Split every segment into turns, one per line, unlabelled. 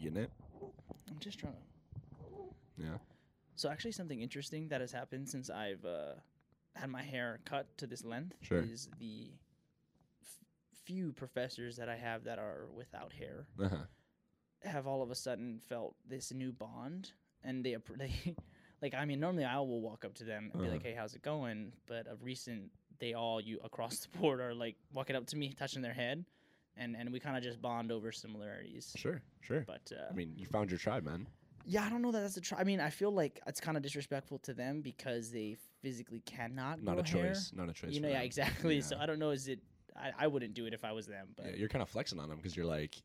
getting it.
I'm just trying to.
Yeah.
So actually, something interesting that has happened since I've uh, had my hair cut to this length
Sure.
is the f- few professors that I have that are without hair
Uh huh.
have all of a sudden felt this new bond, and they, appro- they like I mean normally I will walk up to them and be like,
Uh-huh.
hey, how's it going? But of recent, they all you across the board are like walking up to me, touching their head, and and we kind of just bond over similarities.
Sure. Sure.
But uh,
I mean, you found your tribe, man.
yeah, I don't know that that's a try. I mean, I feel like it's kind of disrespectful to them because they physically cannot.
Not
grow
a choice.
hair.
Not a choice.
You know,
for
yeah,
them.
exactly.
Yeah.
So I don't know. Is it? I, I wouldn't do it if I was them. But
Yeah, you're kind of flexing on them because you're like,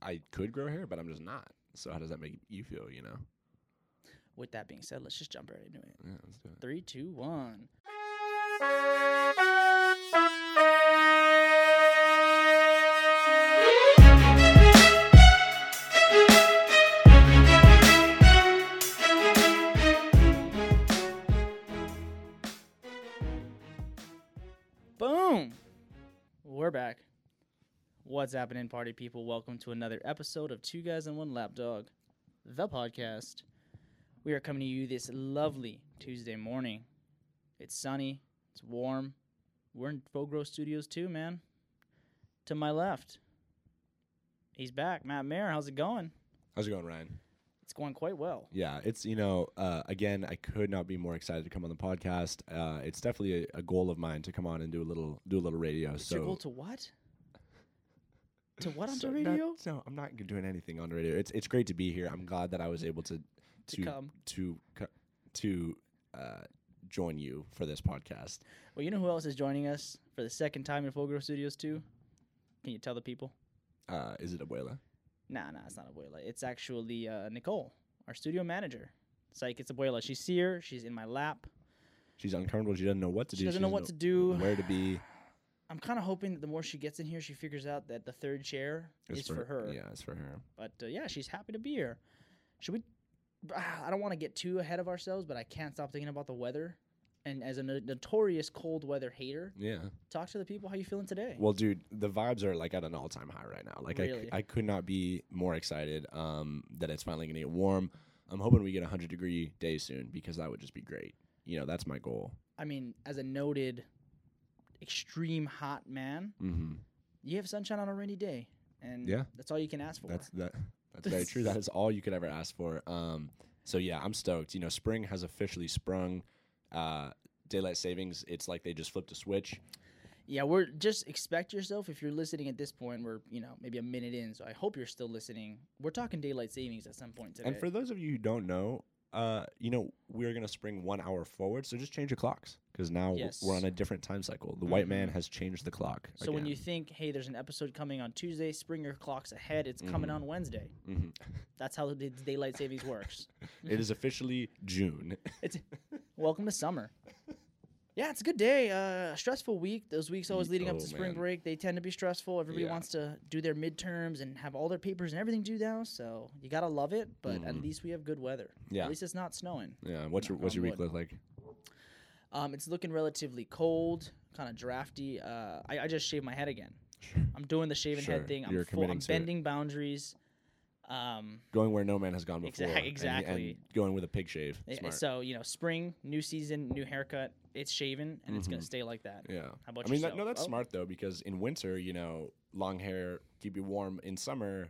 I could grow hair, but I'm just not. So how does that make you feel? You know.
with that being said, let's just jump right into it.
Yeah. Let's do it.
Three, two, one. Boom! We're back. What's happening, party people? Welcome to another episode of Two Guys and One Lapdog, the podcast. We are coming to you this lovely Tuesday morning. It's sunny, it's warm. We're in Fogro Studios too, man. To my left, he's back, Matt Mayer. How's it going?
How's it going, Ryan?
It's going quite well.
Yeah, it's you know, uh, again, I could not be more excited to come on the podcast. Uh, it's definitely a, a goal of mine to come on and do a little do a little radio.
It's
so
your goal to what? To what on
so
the radio?
Not, no, I'm not doing anything on the radio. It's it's great to be here. I'm glad that I was able to to
come.
to co- to uh, join you for this podcast.
Well, you know who else is joining us for the second time in Full Grove Studios too? Can you tell the people?
Uh, is it Abuela?
Nah, nah, it's not Abuela. It's actually uh, Nicole, our studio manager. It's like it's Abuela. She's here. She's in my lap.
She's uncomfortable. She doesn't know what to
She
do.
doesn't know what to do.
Where to be
I'm kind of hoping that the more she gets in here, she figures out that the third chair is, for, her.
Yeah, it's for her.
But uh, yeah, she's happy to be here. Should we? Ah, I don't want to get too ahead of ourselves, but I can't stop thinking about the weather. And as a no- notorious cold weather hater,
Yeah.
talk to the people how you feeling today.
Well, dude, the vibes are like at an all time high right now. Like, I c-
Really?
I, could not be more excited um, that it's finally going to get warm. I'm hoping we get a 100 degree day soon because that would just be great. You know, that's my goal.
I mean, as a noted extreme hot man,
Mm-hmm.
you have sunshine on a rainy day, and
Yeah.
that's all you can ask for.
That's that. That's very true. That is all you could ever ask for. Um, so yeah, I'm stoked. You know, spring has officially sprung. Uh, daylight savings. It's like they just flipped a switch.
Yeah, we're just expect yourself if you're listening at this point. We're you know maybe a minute in, so I hope you're still listening. We're talking daylight savings at some point today.
And for those of you who don't know, uh, you know, we're gonna spring one hour forward. So just change your clocks because now w-
Yes. Mm-hmm.
we're on a different time cycle. The white man has changed the clock.
so when you think, hey, there's an episode coming on Tuesday, spring your clocks ahead. It's coming on Wednesday.
Mhm.
That's how the daylight savings works.
it is officially June.
It's welcome to summer. Yeah, it's a good day. Uh, stressful week. Those weeks always
Ye-
leading up
oh,
to spring
man.
break, they tend to be stressful. Everybody
Yeah.
wants to do their midterms and have all their papers and everything due now. So you gotta love it. But at least we have good weather.
Mm-hmm. Yeah.
At least it's not snowing.
yeah. What's your
Knock
What's your
on
week
wood.
look like?
Um, it's looking relatively cold, kind of drafty. Uh, I, I just shaved my head again. I'm doing the shaven
Sure,
head thing. I'm,
you're
full, I'm
committing to it.
bending boundaries. Um,
Going where no man has gone
Exa-
before. and- And,
exactly.
going with a pig shave.
eh,
Smart.
so you know, spring, new season, new haircut. It's shaven, and it's gonna stay like that.
Yeah.
How about
Mm-hmm. I mean, That, no,
yourself?
that's
Oh.
smart though because in winter, you know, long hair keep you warm. In summer,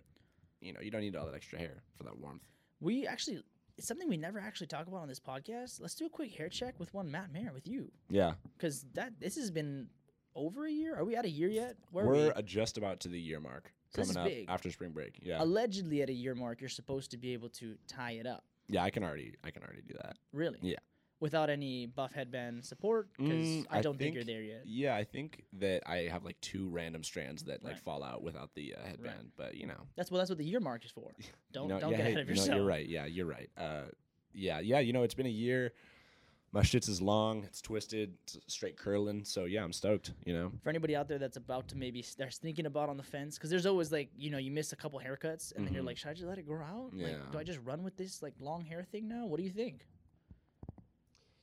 you know, you don't need all that extra hair for that warmth.
We actually, it's something we never actually talk about on this podcast. Let's do a quick hair check with one Matt Mayer with you,
Yeah.
because that this has been over a year. Are we at a year yet? Where are
We're
we?
uh, just about to the year mark
So this
coming
is
up
big.
after spring break. Yeah.
Allegedly at a year mark, you're supposed to be able to tie it up.
Yeah, I can already I can already do that.
Really?
Yeah.
Without any buff headband support, because
Mm,
I
I
don't think, you're
think-
there yet.
Yeah, I think that I have like two random strands that like
Right.
fall out without the uh, headband, but you know.
That's well, that's what the year mark is for. Don't
no,
don't
yeah,
get
hey,
ahead of
you know,
yourself.
you're right. Yeah, you're right. Uh, yeah, yeah, you know, it's been a year. My shit's is long, it's twisted, it's straight curling, so yeah, I'm stoked, you know.
For anybody out there that's about to maybe they're thinking about on the fence, because there's always like you know you miss a couple haircuts and then you're
Mhm.
like, should I just let it grow out?
Yeah.
Like, do I just run with this like long hair thing now? What do you think?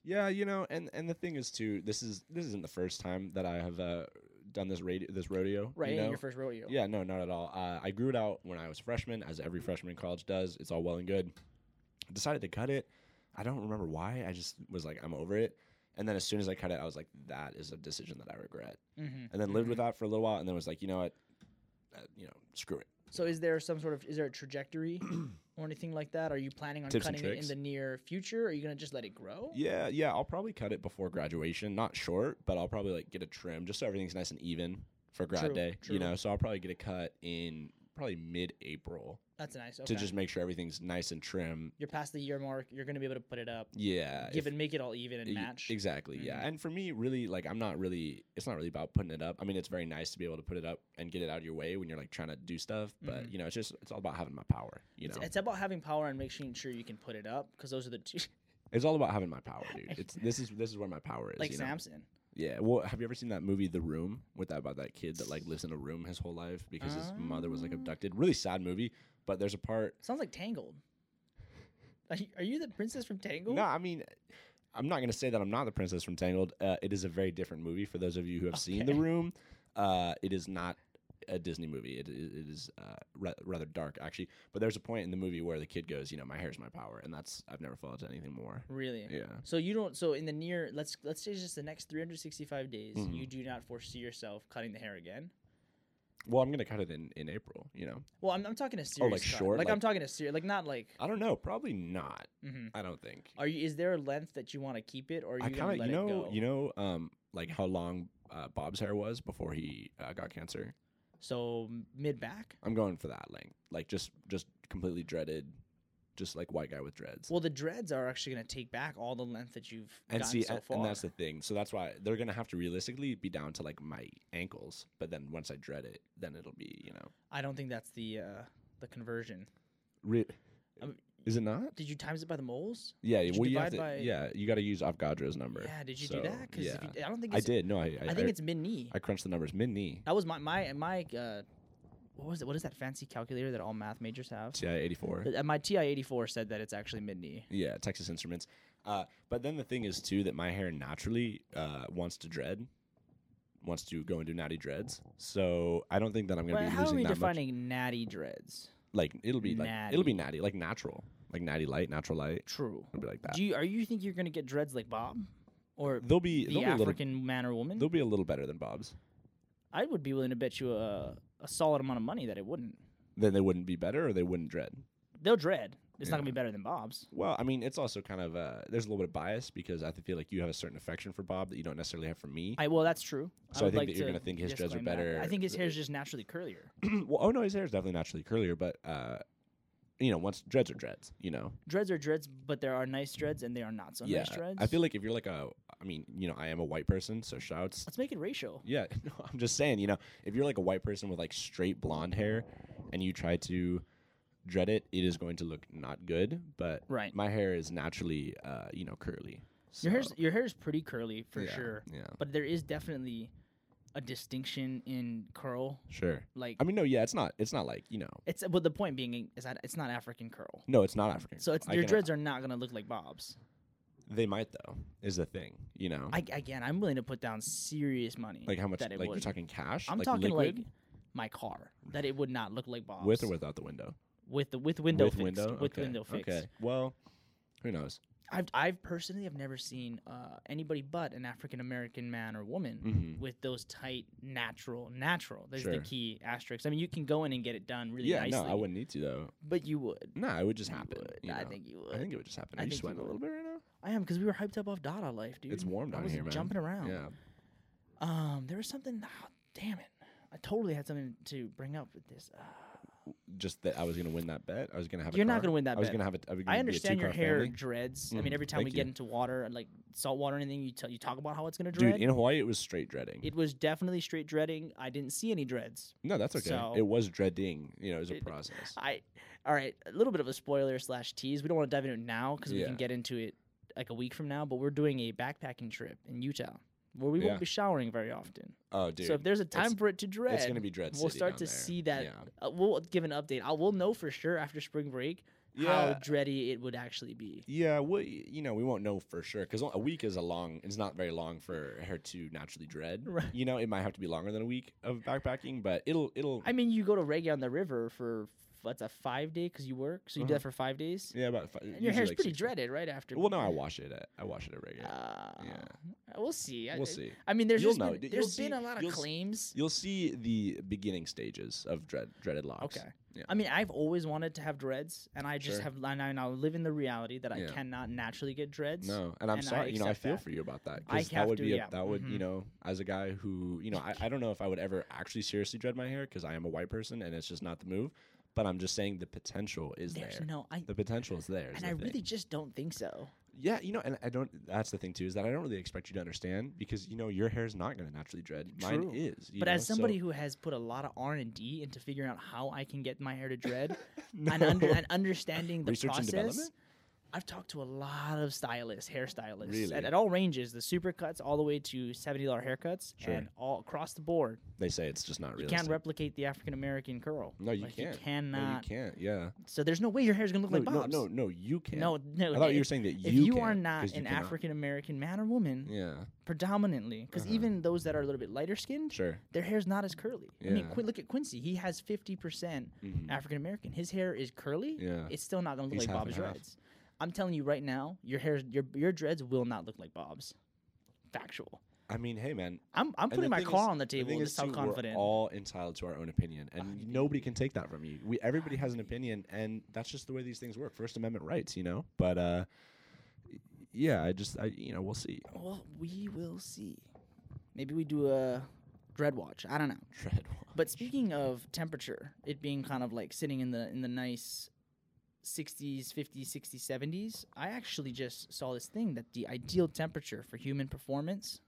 Yeah, you know, and and the thing is too, this is this isn't the first time that I have uh, done this radio, this rodeo.
Right,
You
in
know?
your first rodeo.
yeah, no, not at all. Uh, I grew it out when I was a freshman, as every freshman in college does. It's all well and good. I decided to cut it. I don't remember why. I just was like, I'm over it. And then as soon as I cut it, I was like, that is a decision that I regret.
Mm-hmm.
And then lived with that for a little while, and then was like, you know what, uh, you know, screw it.
So is there some sort of is there a trajectory or anything like that? Are you planning on
Tips and
cutting it in
tricks.
the near future? Are you gonna just let it grow?
Yeah, yeah. I'll probably cut it before graduation. Not short, but I'll probably like get a trim just so everything's nice and even for grad
True,
day.
true.
You know, so I'll probably get a cut in probably mid-April
That's nice. Okay.
to just make sure everything's nice and trim.
you're past the year mark. You're gonna be able to put it up,
Yeah, if-
give and make it all even and
e-
match.
Exactly. Yeah,
Mhm.
and for me, really, like I'm not really. It's not really about putting it up. I mean, it's very nice to be able to put it up and get it out of your way when you're like trying to do stuff. But you know, it's just it's all about having my power. You know,
Mm-hmm. It's,
it's,
it's about having power and making sure you can put it up because those are the two.
all about having my power, dude. It's this is this is where my power is.
like
you know?
Samson.
Yeah. Well, have you ever seen that movie The Room with that about that kid that like lives in a room his whole life because his mother was like
Ah.
abducted? Really sad movie. But there's a part.
Sounds like Tangled. Are you, are you the princess from Tangled?
No, I mean, I'm not gonna say that I'm not the princess from Tangled. Uh, it is a very different movie for those of you who have seen The
Okay.
Room. Uh, it is not a Disney movie. It, it, it is uh, ra- rather dark actually. But there's a point in the movie where the kid goes, you know, my hair's my power, and that's I've never felt anything more.
Really?
Yeah.
So you don't. So in the near, let's let's say just the next 365 days,
Mhm.
you do not foresee yourself cutting the hair again.
Well, I'm gonna cut it in in April. You know,
Well, I'm, I'm talking a serious. cut.
short,
Like, I'm
Oh, like-
talking a serious. Like not like.
I don't know. Probably not.
mhm.
I don't think.
Are you? Is there a length that you want to keep it, or are you
I
gonna
kind of
let
you
it
know
go?
you know um like how long uh, Bob's hair was before he uh, got cancer.
So mid back.
I'm going for that length, like just just completely dreaded, just like white guy with dreads.
Well, the dreads are actually gonna take back all the length that you've
and
gotten
see,
so
a-
far.
and that's the thing. So that's why they're gonna have to realistically be down to like my ankles. But then once I dread it, then it'll be you know.
I don't think that's the uh, the conversion.
Re-
Um,
is it not?
Did you times it by the moles?
Yeah.
did you
well, you have
divide
to.
by-
Yeah, you got to use Avogadro's number.
Yeah. Did you
So,
do that? Because
yeah,
I don't think
I
it's,
did. No, I.
I, think it's mid knee.
I crunched the numbers mid knee.
That was my my my. Uh, what was it? What is that fancy calculator that all math majors have?
TI eighty four.
Th- uh, My TI eighty four said that it's actually mid knee.
Yeah, Texas Instruments. Uh, but then the thing is too that my hair naturally uh, wants to dread, wants to go into natty dreads. So I don't think that I'm gonna
But
be
how are
losing
we
that much.
defining natty dreads?
Like it'll be like
Natty?
it'll be natty, like natural, like natty light, natural light.
True.
It'll be like that.
Do you are you think you're gonna get dreads like Bob, or
they'll be
the
they'll be a little
African man or woman?
they'll be a little better than Bob's.
I would be willing to bet you a a solid amount of money that it wouldn't.
Then they wouldn't be better, or they wouldn't dread.
They'll dread. It's not gonna
Yeah.
be better than Bob's.
Well, I mean, it's also kind of uh, there's a little bit of bias because I feel like you have a certain affection for Bob that you don't necessarily have for me.
I well, that's true.
So I
would
think
like
that you're
to
gonna think his dreads are
disclaim that.
better.
I think his hair's just naturally curlier.
well, oh no, his hair is definitely naturally curlier, but uh, you know, once dreads are dreads, you know.
Dreads are dreads, but there are nice dreads and there are not so nice dreads.
I feel like if you're like a, I mean, you know, I am a white person, so shouts.
let's make it racial.
Yeah, no, I'm just saying, you know, if you're like a white person with like straight blonde hair, and you try to dread it, it is going to look not good. But
Right.
my hair is naturally, uh, you know, curly.
Your hair's
so-
your hair is pretty curly for
yeah,
sure,
Yeah,
but there is definitely a distinction in curl.
sure.
Like
I mean, no, yeah, it's not. It's not like you know,
it's but the point being is that it's not African curl.
no, it's not African.
So it's
I
your
can-
dreads are not gonna look like Bob's.
They might though. Is the thing, you know,
I, again, I'm willing to put down serious money.
Mm-hmm. like how much?
that
Like
it
you're
would.
talking cash?
I'm
like
talking
liquid?
like my car that it would not look like Bob's
with or without the window.
with the with window
with
fixed,
window.
with
okay.
window fixed.
Okay. Well, who knows?
I've I've personally have never seen uh, anybody but an African American man or woman
Mhm.
with those tight natural natural. There's the
Sure.
key asterisk. I mean, you can go in and get it done really
yeah,
nicely.
no, I wouldn't need to though.
But you would.
No, it would just
You
happen.
would.
you
I
know?
think you would.
I think it would just happen.
I
Are you
think you
sweating a little
would.
bit right now?
I am because we were hyped up off Dada life, dude.
It's warm
I
down
was
here, man.
Jumping around.
Yeah.
Um, there was something. Oh, damn it! I totally had something to bring up with this. Uh,
Just that I was gonna win that bet. I was gonna have.
You're
a
not
car.
gonna win that
I was
bet.
gonna have a. I, was gonna
I
be a
understand your
two-car
hair
family.
dreads. I mean,
Mhm,
every time we
thank
get
you.
into water, like salt water, or anything, you tell you talk about how it's gonna dread.
Dude, in Hawaii it was straight dreading.
it was definitely straight dreading. I didn't see any dreads.
no, that's okay.
so-
it was dreading. You know, it was a
It-
process.
I all right, a little bit of a spoiler slash tease. We don't want to dive into it now because we can
Yeah.
get into it like a week from now. But we're doing a backpacking trip in Utah where we
Yeah.
won't be showering very often.
Oh, dude.
so if there's a time
it's-
for it to dread,
it's gonna be dread.
we'll
City
start
down
to
there.
see that.
Yeah.
Uh, we'll give an update. I will know for sure after spring break how
Yeah.
dready it would actually be.
Yeah, we you know we won't know for sure because a week is a long. It's not very long for her to naturally dread.
Right.
You know, it might have to be longer than a week of backpacking, but it'll it'll
I mean, you go to Reggae on the river for what's a five day because you work, so you do
Uh-huh.
that for five days,
yeah about. Five,
and your hair's pretty dreaded right after.
Well, no, I wash it. At, I wash it at regular.
Uh,
Yeah.
we'll see. I-
we'll see.
I mean, there's
You'll
just
know.
been,
You'll
there's
see-
been a lot of
you'll s-
claims.
You'll see the beginning stages of dread dreaded locks.
Okay.
Yeah.
I mean, I've always wanted to have dreads, and I just
Sure.
have. And I now live in the reality that I
Yeah.
cannot naturally get dreads.
No, and I'm
and I
sorry. you know, I
accept
feel
that.
for you about that.
I
Because that
have
would
to,
be a,
yeah,
that would you
mhm.
know, as a guy who you know, I, I don't know if I would ever actually seriously dread my hair because I am a white person and it's just not the move. But I'm just saying the potential is
There's
there.
no. I
the potential is there. is
and
the
I
thing.
really just don't think so.
yeah, you know, and I don't. That's the thing too is that I don't really expect you to understand because you know your hair is not going to naturally dread. Mine
True.
is. you
But
know,
as
so-
somebody who has put a lot of R and D into figuring out how I can get my hair to dread
no.
and, under, and understanding the
Research and
process,
development?
I've talked to a lot of stylists, hairstylists,
Really?
at, at all ranges, the supercuts all the way to seventy dollars haircuts,
Sure.
and all across the board.
they say it's just not
You
realistic.
can't replicate the African American curl.
no, you
Like,
can't.
You cannot.
No, you can't. Yeah.
So there's no way your hair's gonna look
No,
like
no,
Bob's.
no, no, you can't.
no, no.
I thought
if,
you were saying that
if
you.
you are
can't,
not
'cause you
an
cannot.
African American man or woman,
Yeah.
predominantly, because
Uh-huh.
even those that are a little bit lighter skinned,
Sure.
their hair's not as curly. I mean,
Yeah.
Qu- look at Quincy. He has 50%
Mhm.
African American. His hair is curly.
Yeah.
It's still not going to look
He's
like
half
Bob's
and half.
dreads. I'm telling you right now, your hair, your your dreads will not look like Bob's. Factual.
I mean, hey, man.
I'm I'm
and
putting
the
my
thing
car
is-
on the table.
thing
This
is,
is how
too,
confident.
We're all entitled to our own opinion, and nobody can take that from you. We everybody has an opinion, and that's just the way these things work. First Amendment rights, you know. But uh, y- yeah, I just, I, you know, we'll see.
well, we will see. Maybe we do a dread watch. I don't know.
Dread watch.
But speaking of temperature, it being kind of like sitting in the in the nice 60s, 50s, 60s, 70s, I actually just saw this thing that the ideal temperature for human performance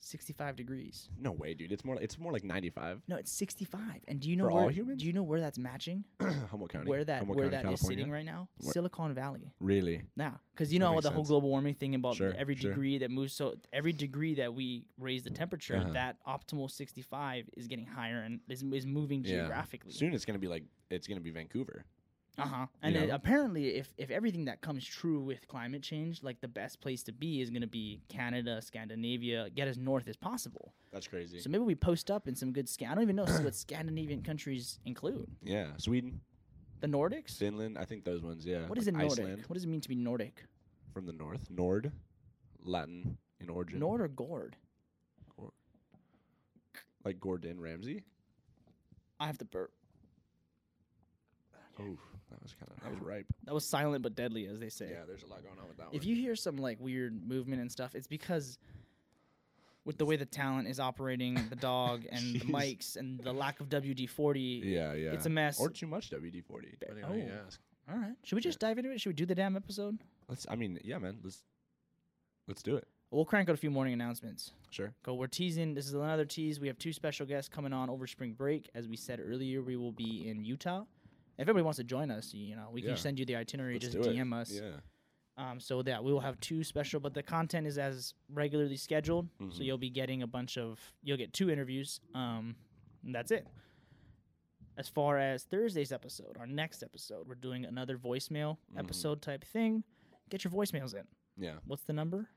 65 degrees.
no way, dude. It's more, it's more like ninety-five.
No, it's 65. And do you know
For all
where
humans?
do you know where that's matching?
Humboldt County.
where that
Humboldt
where
County,
that is
California.
sitting right now?
Where-
Silicon Valley.
Really?
Now, cuz you
That
know
makes
the whole
sense.
global warming thing about
Sure,
every
sure.
degree that moves so every degree that we raise the temperature,
Uh-huh.
that optimal 65 is getting higher and is, is moving
Yeah.
geographically.
Soon it's gonna be like, it's gonna be Vancouver.
Uh huh. And
You
then
know?
apparently, if if everything that comes true with climate change, like the best place to be is going to be Canada, Scandinavia, get as north as possible.
That's crazy.
So maybe we post up in some good. Sca- I don't even know what Scandinavian countries include.
yeah, Sweden,
The Nordics.
Finland. I think those ones. Yeah.
What is a
like
Nordic?
Uh, Iceland
What does it mean to be Nordic?
from the north. Nord, Latin in origin.
Nord or Gord?
like Gordon Ramsay.
I have to burp.
Oh, that was kind of that was ripe.
That was silent but deadly, as they say.
Yeah, there's a lot going on with that
If you hear some like weird movement and stuff, it's because with the way the talent is operating, the dog and the
Jeez.
mics and the lack of WD forty.
yeah, yeah,
It's a mess.
or too much WD forty. Depending on who you
oh.
ask.
All right. Should we just dive into it? Should we do the damn episode?
Let's. I mean, yeah, man. Let's let's do it.
We'll crank out a few morning announcements.
Sure.
Go. We're teasing. This is another tease. We have two special guests coming on over spring break. As we said earlier, we will be in Utah. If anybody wants to join us, you know, we
Yeah.
can send you the itinerary.
Let's
just
do it.
DM us.
Yeah.
Um, so that we will have two special, but the content is as regularly scheduled. So
Mhm.
you'll be getting a bunch of, you'll get two interviews. Um, and that's it. As far as Thursday's episode, our next episode, we're doing another voicemail
Mhm.
episode type thing. Get your voicemails in.
Yeah.
What's the number?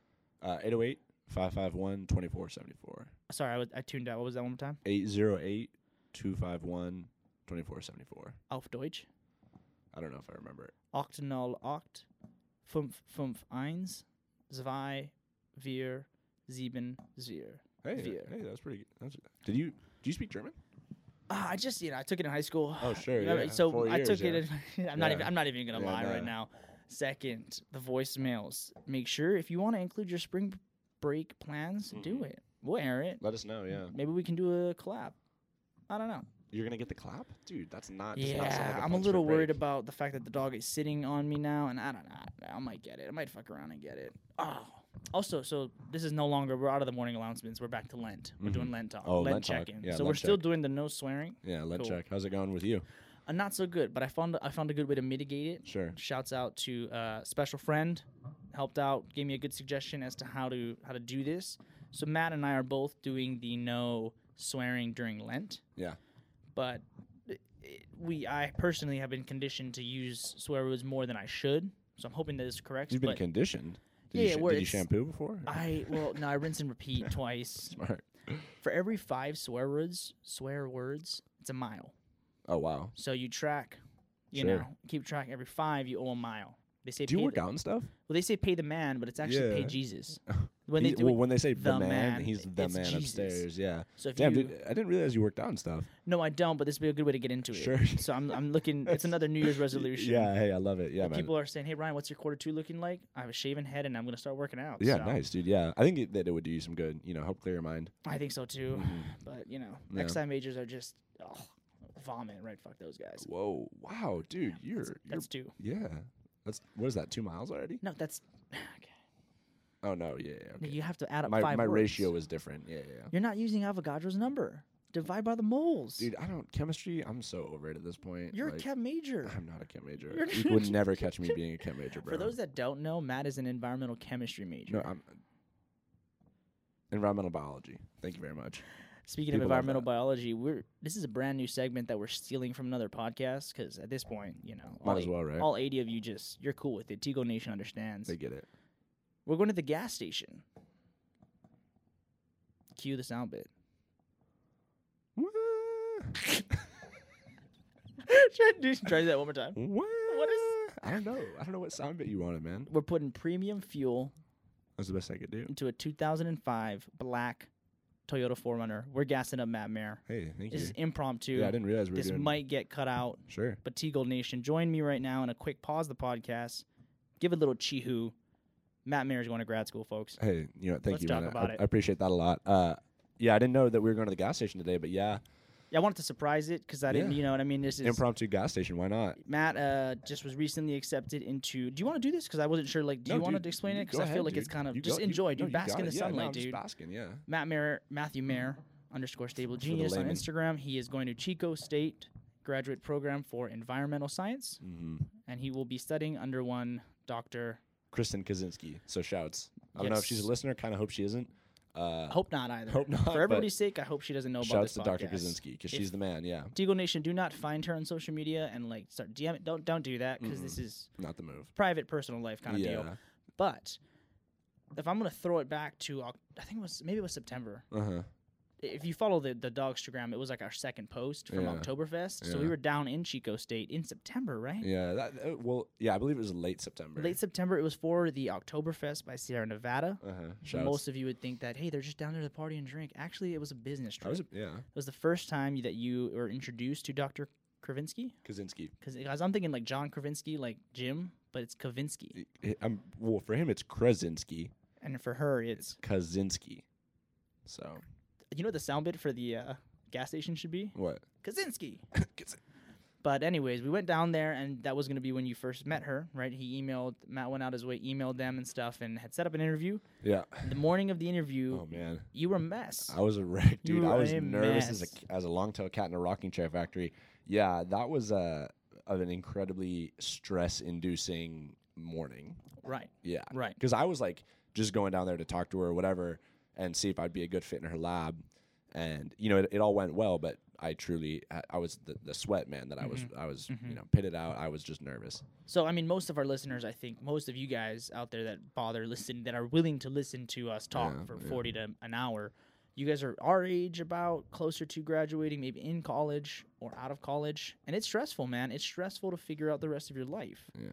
Uh, 808 551 2474.
Sorry, I, was, I tuned out. What was that one more time?
808 251 2474.
Auf Deutsch.
I don't know if I remember it.
Acht null acht fünf fünf eins zwei vier sieben zero.
Hey,
Vier.
hey, that was pretty good. That was, did you do you speak German?
Ah, I just you know I took it in high school.
Oh, sure,
You know,
yeah.
So
Four
I took
years,
it. In, I'm not
Yeah.
even. I'm not even gonna
Yeah,
lie right
no.
now. Second, the voicemails. Make sure if you want to include your spring break plans,
Mm-hmm.
do it. We'll air it.
Let us know, yeah.
Maybe we can do a collab. I don't know.
You're going to get the clap? Dude, that's not does not sound
Yeah,
like
I'm a
fun
little
spring break.
worried about the fact that the dog is sitting on me now, and I don't know. I- I might get it. I might fuck around and get it. Oh. Also, so this is no longer we're out of the morning announcements. We're back to Lent. We're doing Lent talk,
Oh,
Lent,
Lent talk.
check-in.
Yeah,
so
Lent
we're still
check.
doing the no swearing.
Yeah, let
Cool.
check. How's it going with you?
Uh, not so good, but I found I found a good way to mitigate it.
Sure.
Shouts out to uh, special friend, helped out, gave me a good suggestion as to how to how to do this. So Matt and I are both doing the no swearing during Lent,
Yeah.
but it, it, we I personally have been conditioned to use swear words more than I should. So I'm hoping that this corrects.
You've been
but
conditioned. Did,
Yeah,
you
yeah,
sh-
where
did you
it's-
shampoo before?
I well no I rinse and repeat twice.
Smart.
For every five swear words, swear words, it's a mile.
Oh wow.
So you track, you
Sure.
know, keep track. Every five, you owe a mile. They say
Do you
pay
work
the,
out and stuff?
well, they say pay the man, but it's actually pay
Yeah.
Jesus. When they
He-
do
well,
it,
when they say the,
the
man,
man,
he's the
it's
man
Jesus.
upstairs. Yeah.
so if
Damn,
you
dude, I didn't realize you worked out and stuff.
no, I don't, but this would be a good way to get into it.
Sure.
So I'm I'm looking. It's another New Year's resolution.
Yeah. Hey, I love it. Yeah,
If
man.
People are saying, "Hey Ryan, what's your quarter two looking like?" I have a shaven head, and I'm gonna start working out.
Yeah,
so
nice, dude. Yeah, I think it, that it would do you some good. You know, help clear your mind.
I think so too.
Mhm.
But you know,
Yeah.
XI majors are just oh, vomit, right? Fuck those guys.
Whoa, wow, dude, you're
That's,
you're
that's two.
yeah. That's what is that? Two miles already?
No, that's okay.
Oh no, yeah. yeah
No,
okay.
You have to add up
My
five.
my
words.
ratio is different. Yeah, yeah. yeah.
You're not using Avogadro's number. Divide by the moles.
Dude, I don't chemistry. I'm so over it at this point.
You're a
like,
chem major.
I'm not a chem major.
You're-
You would never catch me being a chem major, bro.
For those that don't know, Matt is an environmental chemistry major.
no, I'm environmental biology. Thank you very much.
Speaking of
people love
environmental
that.
biology, we're this is a brand new segment that we're stealing from another podcast because at this point, you know, all,
Might as
eight-
well, right?
all 80 of you just you're cool with it. Tigo Nation understands.
They get it.
We're going to the gas station. Cue the sound bit.
Wah,
Try to do- try to do that one more time.
wah.
is-
I don't know. I don't know what sound bit you wanted, man.
We're putting premium fuel
That's the best I could do.
into a 2005 black Toyota 4Runner. We're gassing up Matt Mayer.
Hey, thank
This
you.
is impromptu.
Yeah, I didn't realize we were
this
doing.
might get cut out,
Sure.
but T Gold Nation, join me right now in a quick pause the podcast. Give a little chihu. Matt Mayer is going to grad school, folks.
Hey, you know, thank
Let's
you.
talk
man. I-
about
I,
it.
I appreciate that a lot. Uh, yeah, I didn't know that we were going to the gas station today, but yeah,
Yeah, I wanted to surprise it because I didn't,
Yeah.
you know what I mean. This is
impromptu gas station. Why not?
Matt uh, just was recently accepted into. Do you want to do this? Because I wasn't sure. Like, do you
No,
want
dude,
to explain it?
you
Because
go
I feel
ahead,
like it's
dude.
kind of
You
just
go- you-
enjoy, dude.
no, you
bask
got
in the
it. Yeah, no,
sunlight,
I'm just
dude.
basking, yeah.
Matt Mayer, Matthew Mayer underscore stable genius on
layman.
Instagram. He is going to Chico State graduate program for environmental science,
hmm
and he will be studying under one Doctor.
Kristen Kaczynski. So shouts. I don't know if she's
Yes.
a listener. Kind of hope she isn't. Uh,
Hope not either.
Hope not,
For
but-
everybody's sake, I hope she doesn't know about
shouts
this
to Dr.
podcast.
Kaczynski because
If-
she's the man. Yeah,
Deagle Nation, do not find her on social media and like start DM. it. Don't don't do that because this is
not the move.
private personal life kind of
yeah.
deal. But if I'm gonna throw it back to, Oc- I think it was maybe it was September.
Uh huh.
If you follow the the Dogstagram, it was like our second post from
Yeah.
Oktoberfest. So we
Yeah.
were down in Chico State in September, right?
Yeah. That, uh, well, yeah. I believe it was late September.
Late September, it was for the Oktoberfest by Sierra Nevada.
Uh huh.
So
Shouts.
most of you would think that hey, they're just down there to party and drink. Actually, it was a business
I
trip.
was.
it
a- Yeah.
was the first time that you were introduced to Dr. Kravinsky.
Kaczynski.
Because I'm thinking like John Kravinsky, like Jim, but it's Kavinsky.
I- I'm, well, for him, it's Krasinski.
And for her, it's
Kaczynski. So
you know what the sound bit for the uh, gas station should be
what?
Kaczynski.
Kaczynski.
But anyways, we went down there, and that was going to be when you first met her, right? He emailed Matt went out his way, emailed them and stuff, and had set up an interview.
Yeah.
The morning of the interview,
Oh man,
you were a mess.
I was a wreck,
You
dude. I
were
was
a
nervous as
mess.
a as a long tail cat in a rocking chair factory. Yeah, that was a of an incredibly stress inducing morning.
right,
Yeah,
right.
because I was like just going down there to talk to her or whatever and see if I'd be a good fit in her lab, and you know it, it all went well, but. I truly, I- I was the, the sweat man that I was.
Mm-hmm.
I was, you know, pitted out. I was just nervous.
So I mean, most of our listeners, I think, most of you guys out there that bother listening, that are willing to listen to us talk
Yeah,
for
yeah.
forty to an hour, you guys are our age, about closer to graduating, maybe in college or out of college, and it's stressful, man. It's stressful to figure out the rest of your life,
Yeah,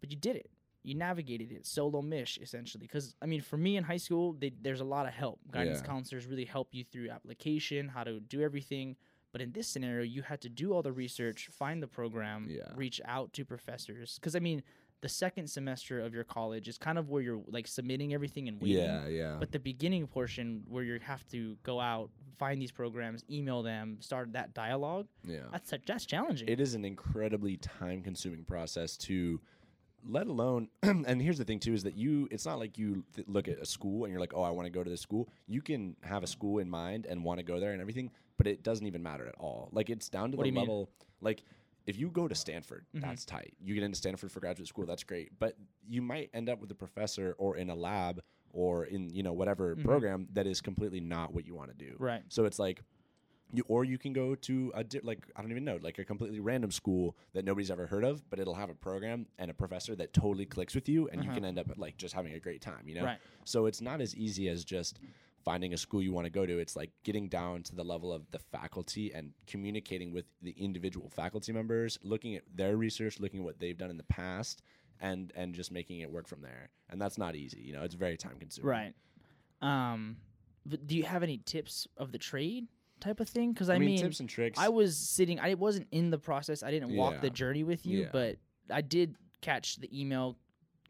but you did it. You navigated it solo mish essentially, because I mean, for me in high school, they, there's a lot of help. Guidance
Yeah.
counselors really help you through application, how to do everything. But in this scenario, you had to do all the research, find the program,
Yeah.
reach out to professors. Because I mean, the second semester of your college is kind of where you're like submitting everything and waiting.
yeah, yeah.
But the beginning portion where you have to go out, find these programs, email them, start that dialogue.
yeah.
That's that's challenging.
Oh. it is an incredibly time consuming process to let alone and here's the thing too is that you it's not like you th- look at a school and you're like oh i want to go to this school you can have a school in mind and want to go there and everything but it doesn't even matter at all like it's down to
What do
the
you mean? Mm-hmm.
level like if you go to stanford that's tight you get into stanford for graduate school that's great but you might end up with a professor or in a lab
Mm-hmm.
or in you know whatever program that is completely not what you want to do
Right.
so it's like You, or you can go to a di- like I don't even know like a completely random school that nobody's ever heard of, but it'll have a program and a professor that totally clicks with you, and you can end up like just having a great time, you know.
Uh-huh. Right.
So it's not as easy as just finding a school you want to go to. It's like getting down to the level of the faculty and communicating with the individual faculty members, looking at their research, looking at what they've done in the past, and and just making it work from there. And that's not easy, you know. It's very time consuming.
Right. Um, but do you have any tips of the trade type of thing? Because I,
I mean,
mean,
tips and tricks.
I was sitting. I wasn't in the process. I didn't walk the
Yeah.
journey with you,
Yeah.
but I did catch the email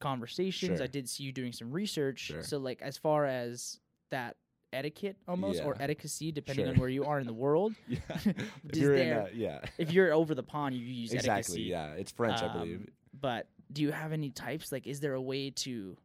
conversations. I
Sure.
did see you doing some research.
Sure.
So, like, as far as that etiquette almost or
Yeah.
etiquette, depending on
Sure.
where you are in the world,
yeah. if
Just
you're in
there.
a, yeah.
if you're over the pond, you use
Exactly.
etiquette.
Yeah, it's French, I
Um,
believe.
But do you have any types? Like, is there a way to?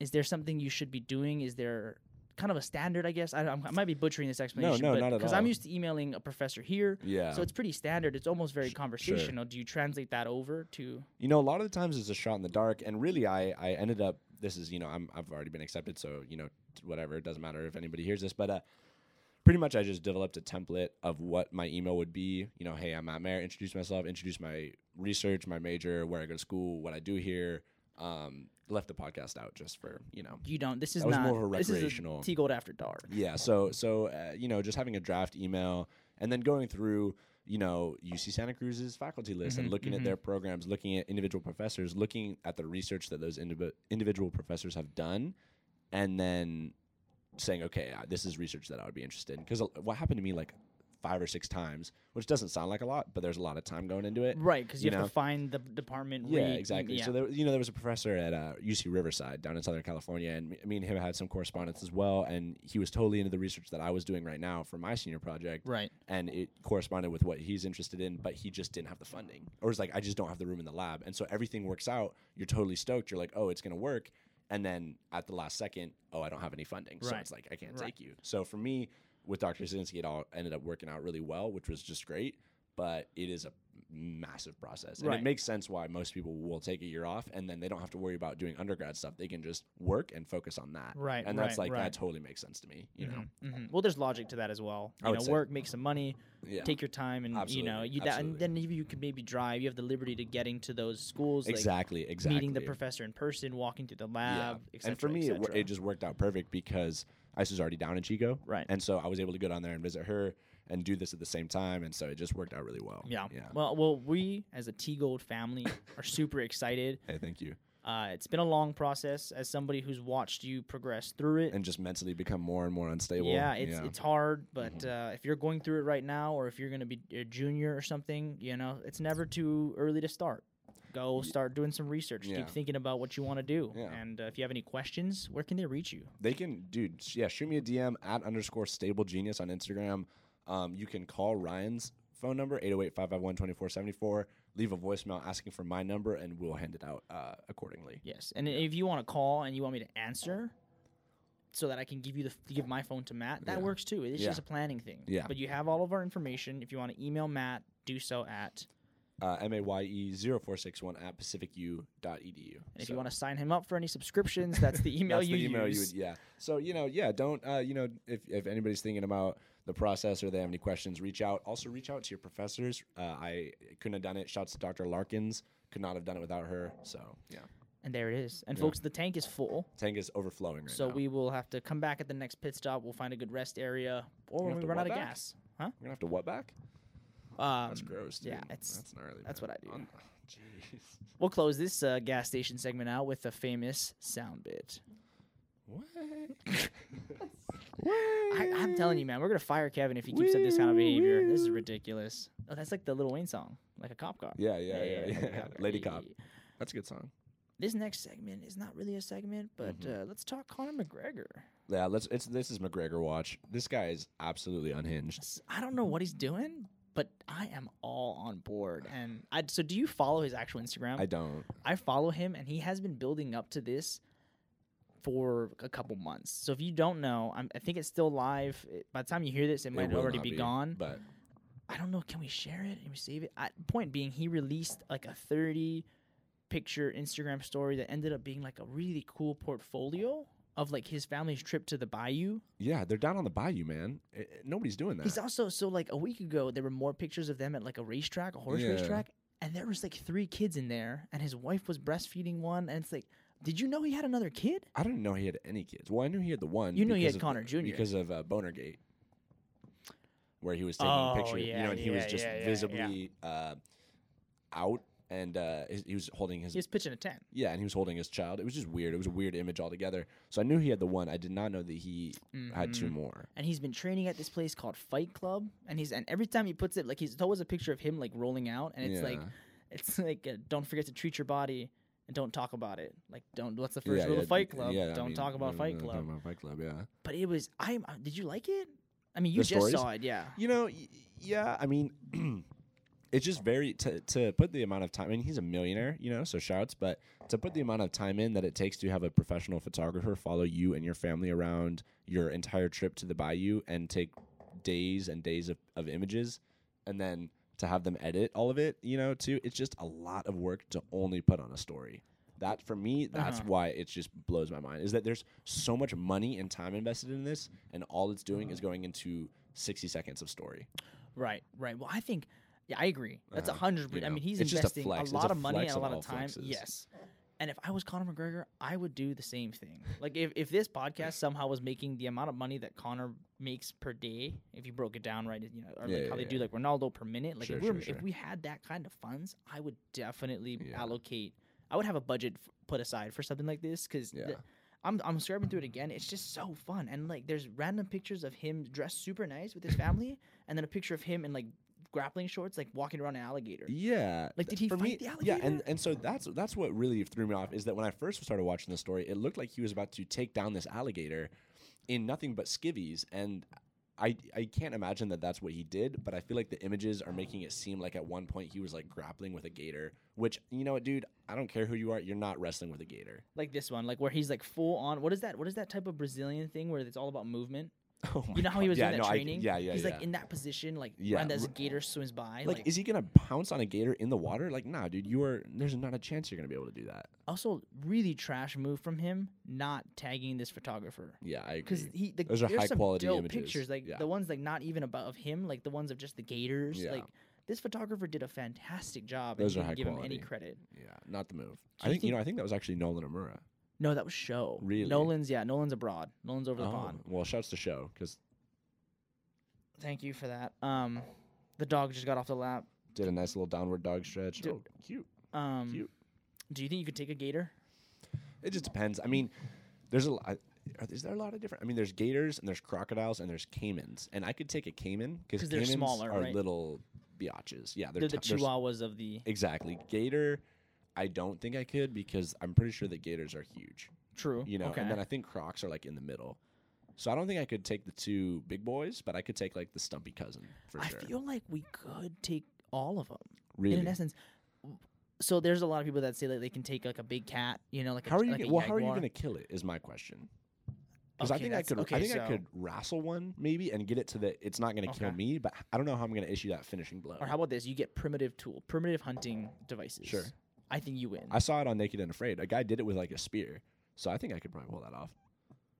Is there something you should be doing? Is there kind of a standard? I guess I, don't- I might be butchering this explanation.
no,
but,
not at
I'm
all.
used to emailing a professor here,
Yeah.
so it's pretty standard. It's almost very conversational. Do you translate that over to?
you know, a lot of the times it's a shot in the dark, and really, I I ended up. This is you know, I'm I've already been accepted, so you know, t- whatever. It doesn't matter if anybody hears this, but uh, pretty much I just developed a template of what my email would be. You know, hey, I'm Matt Mayer. Introduce myself. Introduce my research, my major, where I go to school, what I do here. Um, left the podcast out just for you know
You don't. This is
That was
not.
more of a
This is a
recreational-
T Gold After Dark.
Yeah. So so uh, you know, just having a draft email and then going through you know UC Santa Cruz's faculty list and looking at their programs, looking at individual professors, looking at the research that those indiv- individual professors have done, and then saying, okay, uh, this is research that I would be interested in. Because what happened to me like five or six times, which doesn't sound like a lot, but there's a lot of time going into it.
Right, because you,
You
have to
know?
find the department.
Yeah,
read-
exactly.
Yeah.
So there, you know, there was a professor at uh, UC Riverside down in Southern California, and me, me and him had some correspondence as well. And he was totally into the research that I was doing right now for my senior project,
right.
and it corresponded with what he's interested in. But he just didn't have the funding, or it's like I just don't have the room in the lab, and so everything works out. You're totally stoked. You're like, oh, it's gonna work, and then at the last second, oh, I don't have any funding, so
Right.
it's like I can't
Right.
take you. So for me, with Dr. Zinsky, it all ended up working out really well, which was just great. But it is a massive process, and
Right.
it makes sense why most people will take a year off, and then they don't have to worry about doing undergrad stuff. They can just work and focus on that.
Right,
and that's
right,
like
right.
that totally makes sense to me. You know,
Mhm. Well, there's logic to that as well.
I
You
would
know,
say.
work, make some money,
yeah.
take your time, and you know,
Absolutely,
you that, and
absolutely.
then if you can maybe drive. You have the liberty to getting to those schools. like,
exactly, exactly.
meeting the professor in person, walking to the lab, Um, et cetera,
and for
et
me, it, wor-
cetera.
it just worked out perfect because Ice was already down in Chico,
Right.
And so I was able to go down there and visit her and do this at the same time, and so it just worked out really well.
yeah.
yeah.
Well, well, we as a T Gold family are super excited.
Hey, thank you.
Uh, it's been a long process as somebody who's watched you progress through it.
And just mentally become more and more unstable.
yeah, it's it's hard, but
Mm-hmm.
uh, if you're going through it right now, or if you're going to be a junior or something, you know, it's never too early to start. Go start doing some research.
Yeah.
Keep thinking about what you want to do.
Yeah.
And uh, if you have any questions, where can they reach you?
they can, dude. sh- Yeah, shoot me a DM at underscore stable genius on Instagram. Um, you can call Ryan's phone number 808-551-2474 leave a voicemail asking for my number and we'll hand it out uh, accordingly
Yes, and if you want to call and you want me to answer, so that I can give you the give my phone to Matt, that
Yeah.
works too. It's
Yeah.
just a planning thing.
Yeah.
But you have all of our information. If you want to email Matt, do so at.
uh, maye 0461 at pacificu.edu
And if you want to sign him up for any subscriptions, that's the email
That's
you
the email
use.
you would yeah so you know yeah don't uh, you know if, if anybody's thinking about the process or they have any questions reach out also reach out to your professors uh, i couldn't have done it shouts to dr larkins could not have done it without her so yeah
and there it is. And folks, the tank is full,
tank is overflowing right
so
now
we will have to come back at the next pit stop. We'll find a good rest area, or when
have
we
to
run out
walk
of
back?
gas. Huh?
we're gonna have to what back
Um,
that's gross dude.
yeah, it's-
that's gnarly
that's
man.
what I do.
Um, jeez
We'll close this uh, gas station segment out with a famous sound bit.
what
I, I'm telling you, man, we're gonna fire Kevin if he keeps up this kind of behavior. This is ridiculous. Oh, that's like the Little Wayne song, like a cop car.
yeah yeah yeah, yeah, lady cop
Hey.
that's a good song
This next segment is not really a segment, but
Mm-hmm.
uh, let's talk Conor McGregor.
yeah let's it's this is mcgregor watch this guy is absolutely unhinged
S- I don't know what he's doing, but I am all on board. And I so do you follow his actual Instagram?
i don't
I follow him, and he has been building up to this for a couple months. So if you don't know, I'm, I think it's still live. It- by the time you hear this, it might
will
already
not
be gone.
but
I don't know. Can we share it? Can we save it? I, point being, he released like a 30 picture Instagram story that ended up being like a really cool portfolio of like his family's trip to the bayou.
Yeah, they're down on the bayou, man. Eh, eh, nobody's doing that.
He's also so like a week ago there were more pictures of them at like a racetrack, a horse
Yeah.
racetrack, and there was like three kids in there, and his wife was breastfeeding one, and it's like, did you know he had another kid?
I didn't know he had any kids. Well, I knew he had the one.
You knew he
because of
had Connor Jr..
because of uh, Bonergate, where he was taking
Oh,
pictures. you
yeah,
know, and he was
yeah,
just
yeah, yeah, yeah.
visibly uh, out, and uh, his, he was holding his
He was pitching a tent.
yeah, and he was holding his child. It was just weird. It was a weird image altogether. So I knew he had the one. I did not know that he had two more.
Mm-hmm. and he's been training at this place called Fight Club. And he's and every time he puts it, like he's it's always a picture of him like rolling out, and it's like
Yeah.
it's like uh don't forget to treat your body and don't talk about it. Like don't what's the first
Yeah,
rule
yeah,
of Fight
d-
Club?
yeah, I
don't
mean,
talk about
no,
Fight
no, no,
Club.
don't about Fight Club. Yeah.
But it was I'm uh, did you like it? I mean, you
The
just
stories?
saw it, yeah.
You know, y- yeah. I mean, it's just very to to put the amount of time. I mean, he's a millionaire, you know, so shouts. But to put the amount of time in that it takes to have a professional photographer follow you and your family around your entire trip to the bayou and take days and days of, of images, and then to have them edit all of it, you know, too. It's just a lot of work to only put on a story. That for me, that's
Uh-huh.
why it just blows my mind. Is that there's so much money and time invested in this, and all it's doing is going into 60 seconds of story.
Right, right. Well, I think, yeah, I agree. That's a
Uh-huh.
100
You
I
know,
mean, he's
it's just a
investing a,
flex. It's
lot
a
of money and
flex
a
on
lot
all
of time.
flexes.
Yes. And if I was Conor McGregor, I would do the same thing. Like, if, if this podcast somehow was making the amount of money that Conor makes per day, if you broke it down right, you know, or
Yeah,
like
yeah,
how they
yeah.
do like Ronaldo per minute, like
Sure,
if, we were,
sure,
if
sure.
we had that kind of funds, I would definitely
Yeah.
allocate. I would have a budget f- put aside for something like this because
Yeah.
I'm I'm scrubbing through it again. It's just so fun. And like there's random pictures of him dressed super nice with his family and then a picture of him in like grappling shorts like walking around an alligator.
Yeah.
Like,
th-
did he
for
fight
me,
the
Yeah, and,
alligator?
and so that's that's what really threw me off is that when I first started watching the story, it looked like he was about to take down this alligator in nothing but skivvies and I, I can't imagine that that's what he did, but I feel like the images are making it seem like at one point he was like grappling with a gator, which you know what, dude, I don't care who you are, you're not wrestling with a gator.
Like this one, like where he's like full on what is that? What is that type of Brazilian thing where it's all about movement?
Oh my
You know how he
God.
was
yeah,
doing that
no, I-
training?
yeah, yeah,
He's
yeah.
like in that position, like
Yeah,
and as a
r-
gator swims by. Like,
like, is he gonna pounce on a gator in the water? Like, nah, dude, you are. There's not a chance you're gonna be able to do that.
also really trash move from him not tagging this photographer.
Yeah, I agree.
Because he the,
Those are
there's
high
some
quality
dope
images.
pictures, like
Yeah.
the ones like not even about of him, like the ones of just the gators.
Yeah.
Like this photographer did a fantastic job.
Those
and
are
you
high
give him
quality.
any credit.
Yeah, not the move.
So
I
you
think you
think-
know. I think that was actually Nolan Amura.
No, that was show.
Really?
Nolan's yeah, Nolan's abroad. Nolan's over the pond.
Oh, well, shouts to show because
Thank you for that. Um, the dog just got off the lap.
did a nice little downward dog stretch.
Dude.
Oh, cute.
Um,
Cute.
do you think you could take a gator?
It just depends. I mean, there's a lot. Are, is there a lot of different? I mean, there's gators and there's crocodiles and there's caimans, and I could take a caiman
'Cause
because
they're smaller,
are
right?
little biatches. Yeah, they're,
They're, the
ti- they're s-
chihuahuas of the
Exactly, gator. I don't think I could because I'm pretty sure that gators are huge.
true.
you know.
okay.
And then I think Crocs are like in the middle. So I don't think I could take the two big boys, but I could take like the stumpy cousin for
I
sure.
feel like we could take all of them.
really?
In essence, w- so there's a lot of people that say that they can take like a big cat. You know, like
How
a,
are you?
Like
gonna,
a
well, how are you
jaguar.
going to kill it? Is my question. Because I
Okay,
think I
that's-
could.
okay,
I think I
so-
could wrestle one maybe and get it to the. It's not going to kill
Okay.
me, but I don't know how I'm going to issue that finishing blow.
Or how about this? You get primitive tool, primitive hunting devices.
Sure.
I think you win.
I saw it on Naked and Afraid. A guy did it with like a spear, so I think I could probably pull that off.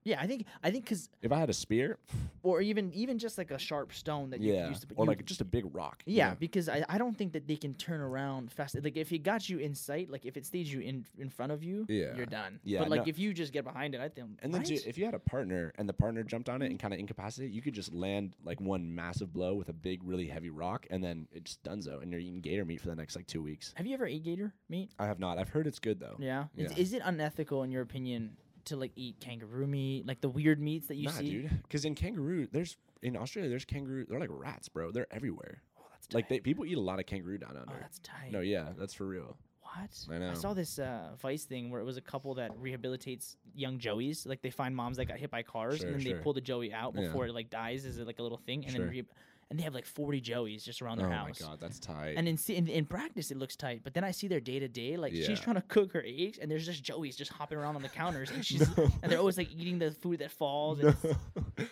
yeah, I think I think because
If I had a spear,
or even even just like a sharp stone that you
yeah,
could use to put
or
you-
like just a big rock. you
yeah,
know?
because I, I don't think that they can turn around fast. Like if it got you in sight, like if it stays you in in front of you,
Yeah.
you're done.
Yeah,
but like
no.
if you just get behind it, I think.
And then
right? Mm-hmm.
too, if you had a partner and the partner jumped on it and kind of incapacitated, you could just land like one massive blow with a big, really heavy rock, and then it's dunzo, and you're eating gator meat for the next like two weeks.
have you ever ate gator meat?
I have not. I've heard it's good though.
Yeah. Is,
Oh, Yeah.
is it unethical in your opinion to like eat kangaroo meat, like the weird meats that you
nah,
see?
dude. Because in kangaroo, there's in Australia, there's kangaroo. They're like rats, bro. They're everywhere.
Oh, that's tight.
Like they people eat a lot of kangaroo down
oh,
under.
that's tight.
no, yeah, that's for real.
What?
I know.
saw this uh, Vice thing where it was a couple that rehabilitates young Joeys. Like they find moms that got hit by cars,
Sure,
and then they
sure.
pull the Joey out
Yeah.
before it like dies as like a little thing, and
Sure.
then re- and they have like forty Joeys just around their
oh
house.
my god, that's tight.
And in, se- in in practice, it looks tight, but then I see their day to day. Like
Yeah.
she's trying to cook her eggs, and there's just Joeys just hopping around on the counters, and she's and they're always like eating the food that falls. And it's-
no.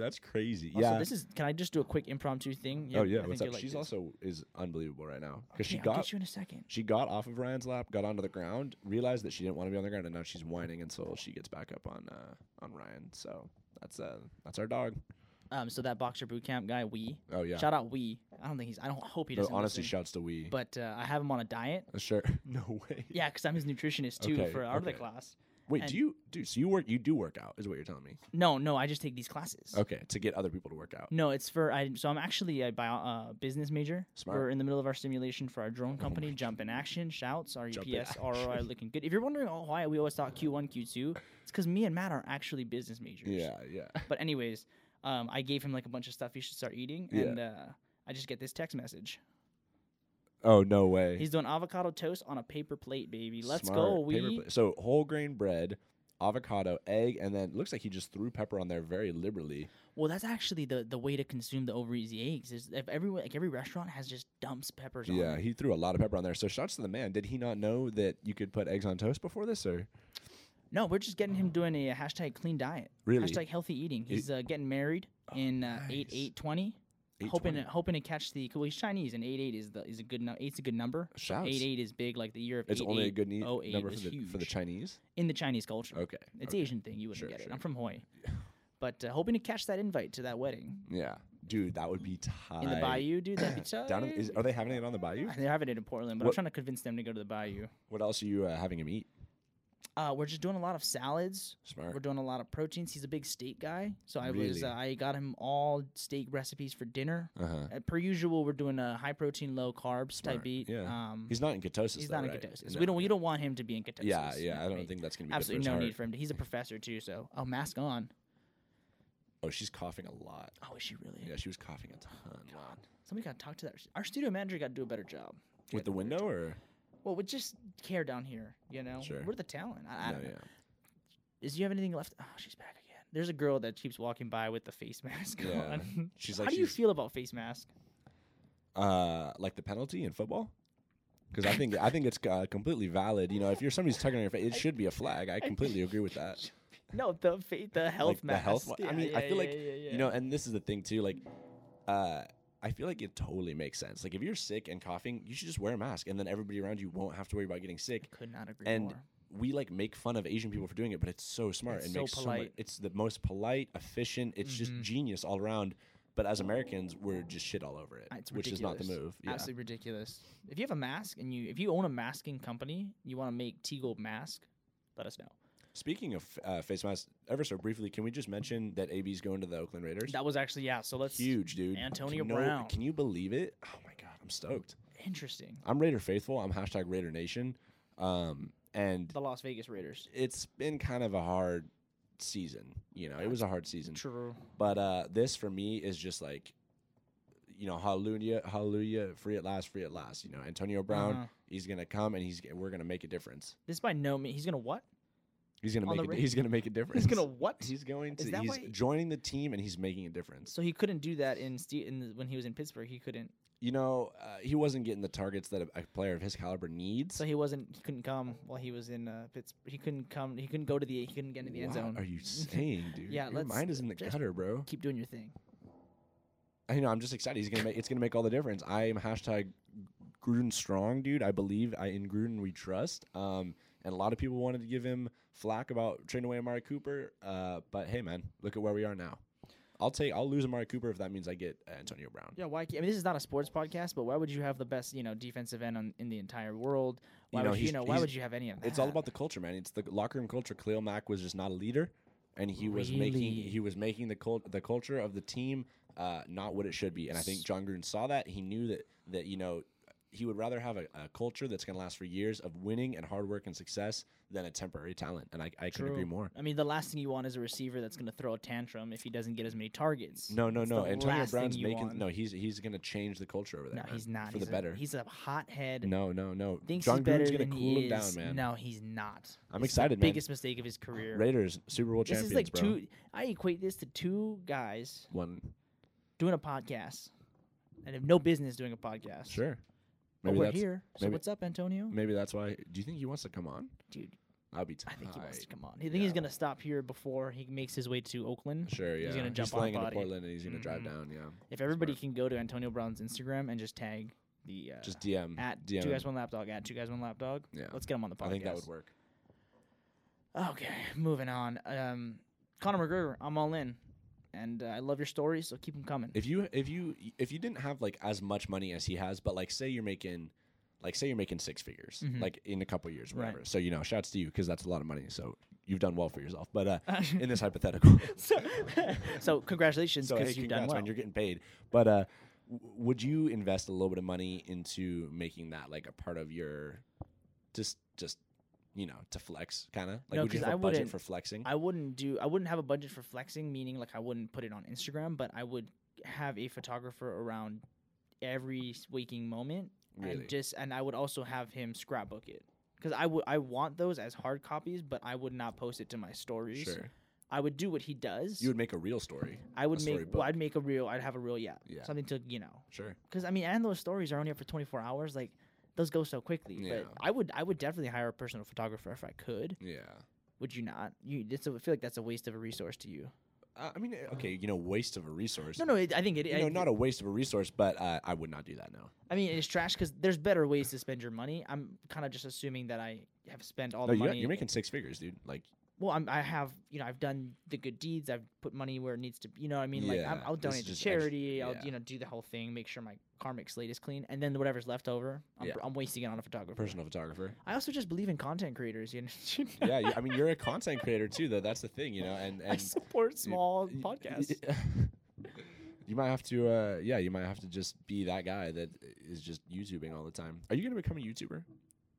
That's crazy.
Also,
yeah.
this is. Can I just do a quick impromptu thing?
oh yeah.
I
What's
think
up?
you'll like
She's
this.
also is unbelievable right now because she
Okay, I'll
got
get you in a second.
she got off of Ryan's lap, got onto the ground, realized that she didn't want to be on the ground, and now she's whining until she gets back up on uh, on Ryan. So that's uh that's our dog.
Um, so that boxer boot camp guy, Wee.
Oh yeah.
Shout out Wee. I don't think he's. I don't hope he
No,
doesn't.
honestly,
listen,
shouts to we.
but uh, I have him on a diet.
Uh, sure. No way.
Yeah, because I'm his nutritionist too
Okay,
for our other
okay.
class.
Wait,
and-
do you do so you work you do work out is what you're telling me?
No, no, I just take these classes.
Okay, to get other people to work out.
No, it's for I. So I'm actually a bio, uh, business major.
Smart. Oh
We're in the middle of our simulation for our
my
drone company. Jump in action, shouts, E
Jump in
RUPS, ROI,
action.
looking good. If you're wondering oh, why we always thought Q1, Q2, it's because me and Matt are actually business majors.
Yeah, yeah.
But anyways, um, I gave him like a bunch of stuff he should start eating,
Yeah.
and uh, I just get this text message.
Oh no way.
He's doing avocado toast on a paper plate, baby. Let's
Smart.
go.
Paper
We
plate. So whole grain bread, avocado, egg, and then it looks like he just threw pepper on there very liberally.
well, that's actually the the way to consume the over easy eggs is if everyone like every restaurant has just dumps peppers. on
Yeah,
it.
he threw a lot of pepper on there. So shouts to the man. Did he not know that you could put eggs on toast before this or
No, we're just getting him doing a hashtag clean diet.
really? Oh,
Hashtag healthy eating. He's uh, getting married in uh, eight
nice.
eight twenty. Hoping to, hoping to catch the well, he's Chinese and eight eight is the is a good nu- eight's a good number.
shouts.
Eight eight is big, like the year of
It's
88.
only a good ne-
08
number for
was
the for the
huge.
Chinese.
in the Chinese culture.
Okay.
It's
okay.
Asian thing. You wouldn't
Sure,
get it.
sure.
I'm from Hawaii. But uh, hoping to catch that invite to that wedding
Yeah, dude, that would be tight.
e- in the bayou, dude. That'd be tough.
Down in, is, are they having it on the bayou?
They're having it in Portland, but I'm
What-
trying to convince them to go to the bayou.
What else are you uh, having him eat?
Uh, we're just doing a lot of salads.
Smart.
We're doing a lot of proteins. He's a big steak guy, so I was
Really?
uh, I got him all steak recipes for dinner.
Uh huh.
Uh, per usual, we're doing a high protein, low carbs type
Smart,
beat.
yeah.
Um, he's,
He's not in ketosis. though,
not in
right?
ketosis.
No.
We don't we don't want him to be in ketosis.
Yeah, yeah. I
Right.
don't think that's gonna be
absolutely
good for
no
his
need
heart.
for him to. He's a professor too, so oh mask on.
Oh, she's coughing a lot.
Oh, is she really?
Yeah, she was coughing a ton. Wow.
Somebody got to talk to that. Our studio manager got to do a better job.
With the window or
Well, with just care down here, you know.
Sure.
We're the talent. I, I
no,
don't know.
yeah.
Is you have anything left? Oh, she's back again. There's a girl that keeps walking by with the face mask
Yeah.
on.
She's
How
like
do you
she's-
feel about face mask?
uh, like the penalty in football? Because I think I think it's uh, completely valid. You know, if you're somebody's tugging on your face, it should be a flag. I completely agree with that.
No, the fa- the health
like the
mask.
health. one.
Yeah,
I mean, I
yeah,
feel like
yeah, yeah,
you know, and this is the thing too. Like, uh, I feel like it totally makes sense. Like, if you're sick and coughing, you should just wear a mask, and then everybody around you won't have to worry about getting sick.
yeah. could not agree
and
more.
we like make fun of Asian people for doing it, but it's so smart
It's
and
so
makes so much.
polite.
It's the most polite, efficient. It's
Mhm.
just genius all around. But as Americans, we're just shit all over it,
Uh, It's
which is not the
ridiculous.
move. Yeah.
Absolutely ridiculous. If you have a mask and you if you own a masking company, you want to make T Gold mask, let us know.
Speaking of uh, face masks, ever so briefly, can we just mention that AB's going to the Oakland Raiders?
That was actually yeah. So let's
Huge, dude.
Antonio
Can no-
Brown.
Can you believe it? Oh my god, I'm stoked.
interesting.
I'm Raider faithful. I'm hashtag Raider Nation. Um, and
The Las Vegas Raiders.
it's been kind of a hard season. You know, it was a hard season.
True.
But uh, this for me is just like, you know, hallelujah, hallelujah, free at last, free at last. You know, Antonio Brown,
Uh-huh.
he's gonna come and he's we're gonna make a difference.
This by no means he's gonna what?
He's gonna
On the
make a,
Ra-
he's gonna make a difference.
He's gonna what?
he's going
Is
to
that
he's
why-
joining the team and he's making a difference.
So he couldn't do that in, Ste in the, when he was in Pittsburgh. He couldn't.
You know, uh, he wasn't getting the targets that a, a player of his caliber needs.
So he wasn't. He couldn't come while he was in uh, Pittsburgh. He couldn't come. He couldn't go to the. He couldn't get into the
what
end zone.
are you saying, dude?
Yeah,
Your
let's-
mind is in the
just-
gutter, bro.
Keep doing your thing.
I know. I'm just excited. He's gonna make. It's gonna make all the difference. I am hashtag Gruden strong, dude. I believe I in Gruden we trust. Um, and a lot of people wanted to give him flack about trading away Amari Cooper. Uh, but hey, man, look at where we are now. I'll take. I'll lose Amari Cooper if that means I get Antonio Brown.
Yeah, why? ca- I mean, this is not a sports podcast, but why would you have the best, you know, defensive end on, in the entire world? Why
know,
would you, you
he's-
know? Why
he's-
would you have any of that?
It's all about the culture, man. It's the locker room culture. Cleo Mack was just not a leader, and he was making
Really?
he was making the cult, the culture of the team uh, not what it should be. And I think John Gruden saw that. He knew that that you know he would rather have a, a culture that's going to last for years of winning and hard work and success than a temporary talent. And I, I couldn't agree
True.
more.
I mean, the last thing you want is a receiver that's going to throw a tantrum if he doesn't get as many targets.
No, no,
It's
no.
the
Antonio
last thing
Brown's
you
making
want.
no. He's he's going to change the culture over there.
no,
man,
he's not
for
he's
the
a,
better.
He's a hothead.
no, no, no.
Thinks
John
he's better
Gruden's going
than
to
he
cool him
is.
down, man.
No, he's not.
I'm
It's
excited,
The
man.
biggest mistake of his career.
Raiders Super Bowl
this
champions,
is like
bro.
two. I equate this to two guys
One,
doing a podcast, and have no business doing a podcast.
sure.
but
Maybe
we're
that's
here. So
maybe-
what's up, Antonio?
Maybe that's why. Do you think he wants to come on?
Dude,
I'll be tight.
I think he wants to come on. I think he's
Yeah.
gonna stop here before he makes his way to Oakland.
Sure, yeah.
He's gonna jump
he's flying
on
into
body.
Portland and he's gonna drive
Mhm.
down. Yeah,
If everybody
Smart.
can go to Antonio Brown's Instagram and just tag the uh,
just DM
at
DM.
two guys one lapdog at two guys one lapdog.
Yeah.
Let's get him on the podcast.
I think that would work.
Okay, moving on. Um, Conor McGregor, I'm all in, and uh, I love your stories, so keep them coming.
If you if you if you didn't have like as much money as he has, but like say you're making, like say you're making six figures,
Mhm.
like in a couple years, or
Right.
whatever. So you know, shouts to you because that's a lot of money. So you've done well for yourself. But uh, in this hypothetical,
so, so congratulations
so
because
hey,
you've
congrats,
done well.
man, you're getting paid. But uh, w- would you invest a little bit of money into making that like a part of your, just just, you know, to flex kind of like
No,
would you
'cause
have a
I
budget
wouldn't-
for flexing?
I wouldn't do. I wouldn't have a budget for flexing, meaning like I wouldn't put it on Instagram, but I would have a photographer around every waking moment,
really,
and just and I would also have him scrapbook it because I would I want those as hard copies, but I would not post it to my stories.
sure.
I would do what he does.
You would make a real story.
I would
a
make. Well,
storybook.
I'd make a reel. I'd have a reel. Yeah.
Yeah.
Something to you know.
Sure.
because I mean, and those stories are only up for 24 hours. Like those go so quickly.
Yeah.
But I would, I would definitely hire a personal photographer if I could.
Yeah.
Would you not? You, it's a, I feel like that's a waste of a resource to you.
Uh, I mean, uh, okay, you know, waste of a resource.
No, no, it, I think it.
you
I,
know, not a waste of a resource, but uh, I would not do that. No,
I mean, it's trash because there's better ways to spend your money. I'm kind of just assuming that I have spent all
no,
the
you, got-
money.
you're making six figures, dude. Like,
well, I'm, I have, you know, I've done the good deeds. I've put money where it needs to. be. You know, what I mean, like I'm,
Yeah,
I'll
this
donate
is
to
just extra-
charity. I'll,
yeah.
you know, do the whole thing. Make sure my karmic slate is clean, and then whatever's left over, I'm,
Yeah.
I'm wasting it on a photographer.
personal photographer.
I also just believe in content creators. You know, you know?
yeah, you, I mean, you're a content creator too, though. That's the thing, you know. And
I
and
support small
y- y-
podcasts.
you might have to, uh, yeah, you might have to just be that guy that is just YouTubing all the time. Are you gonna become a YouTuber?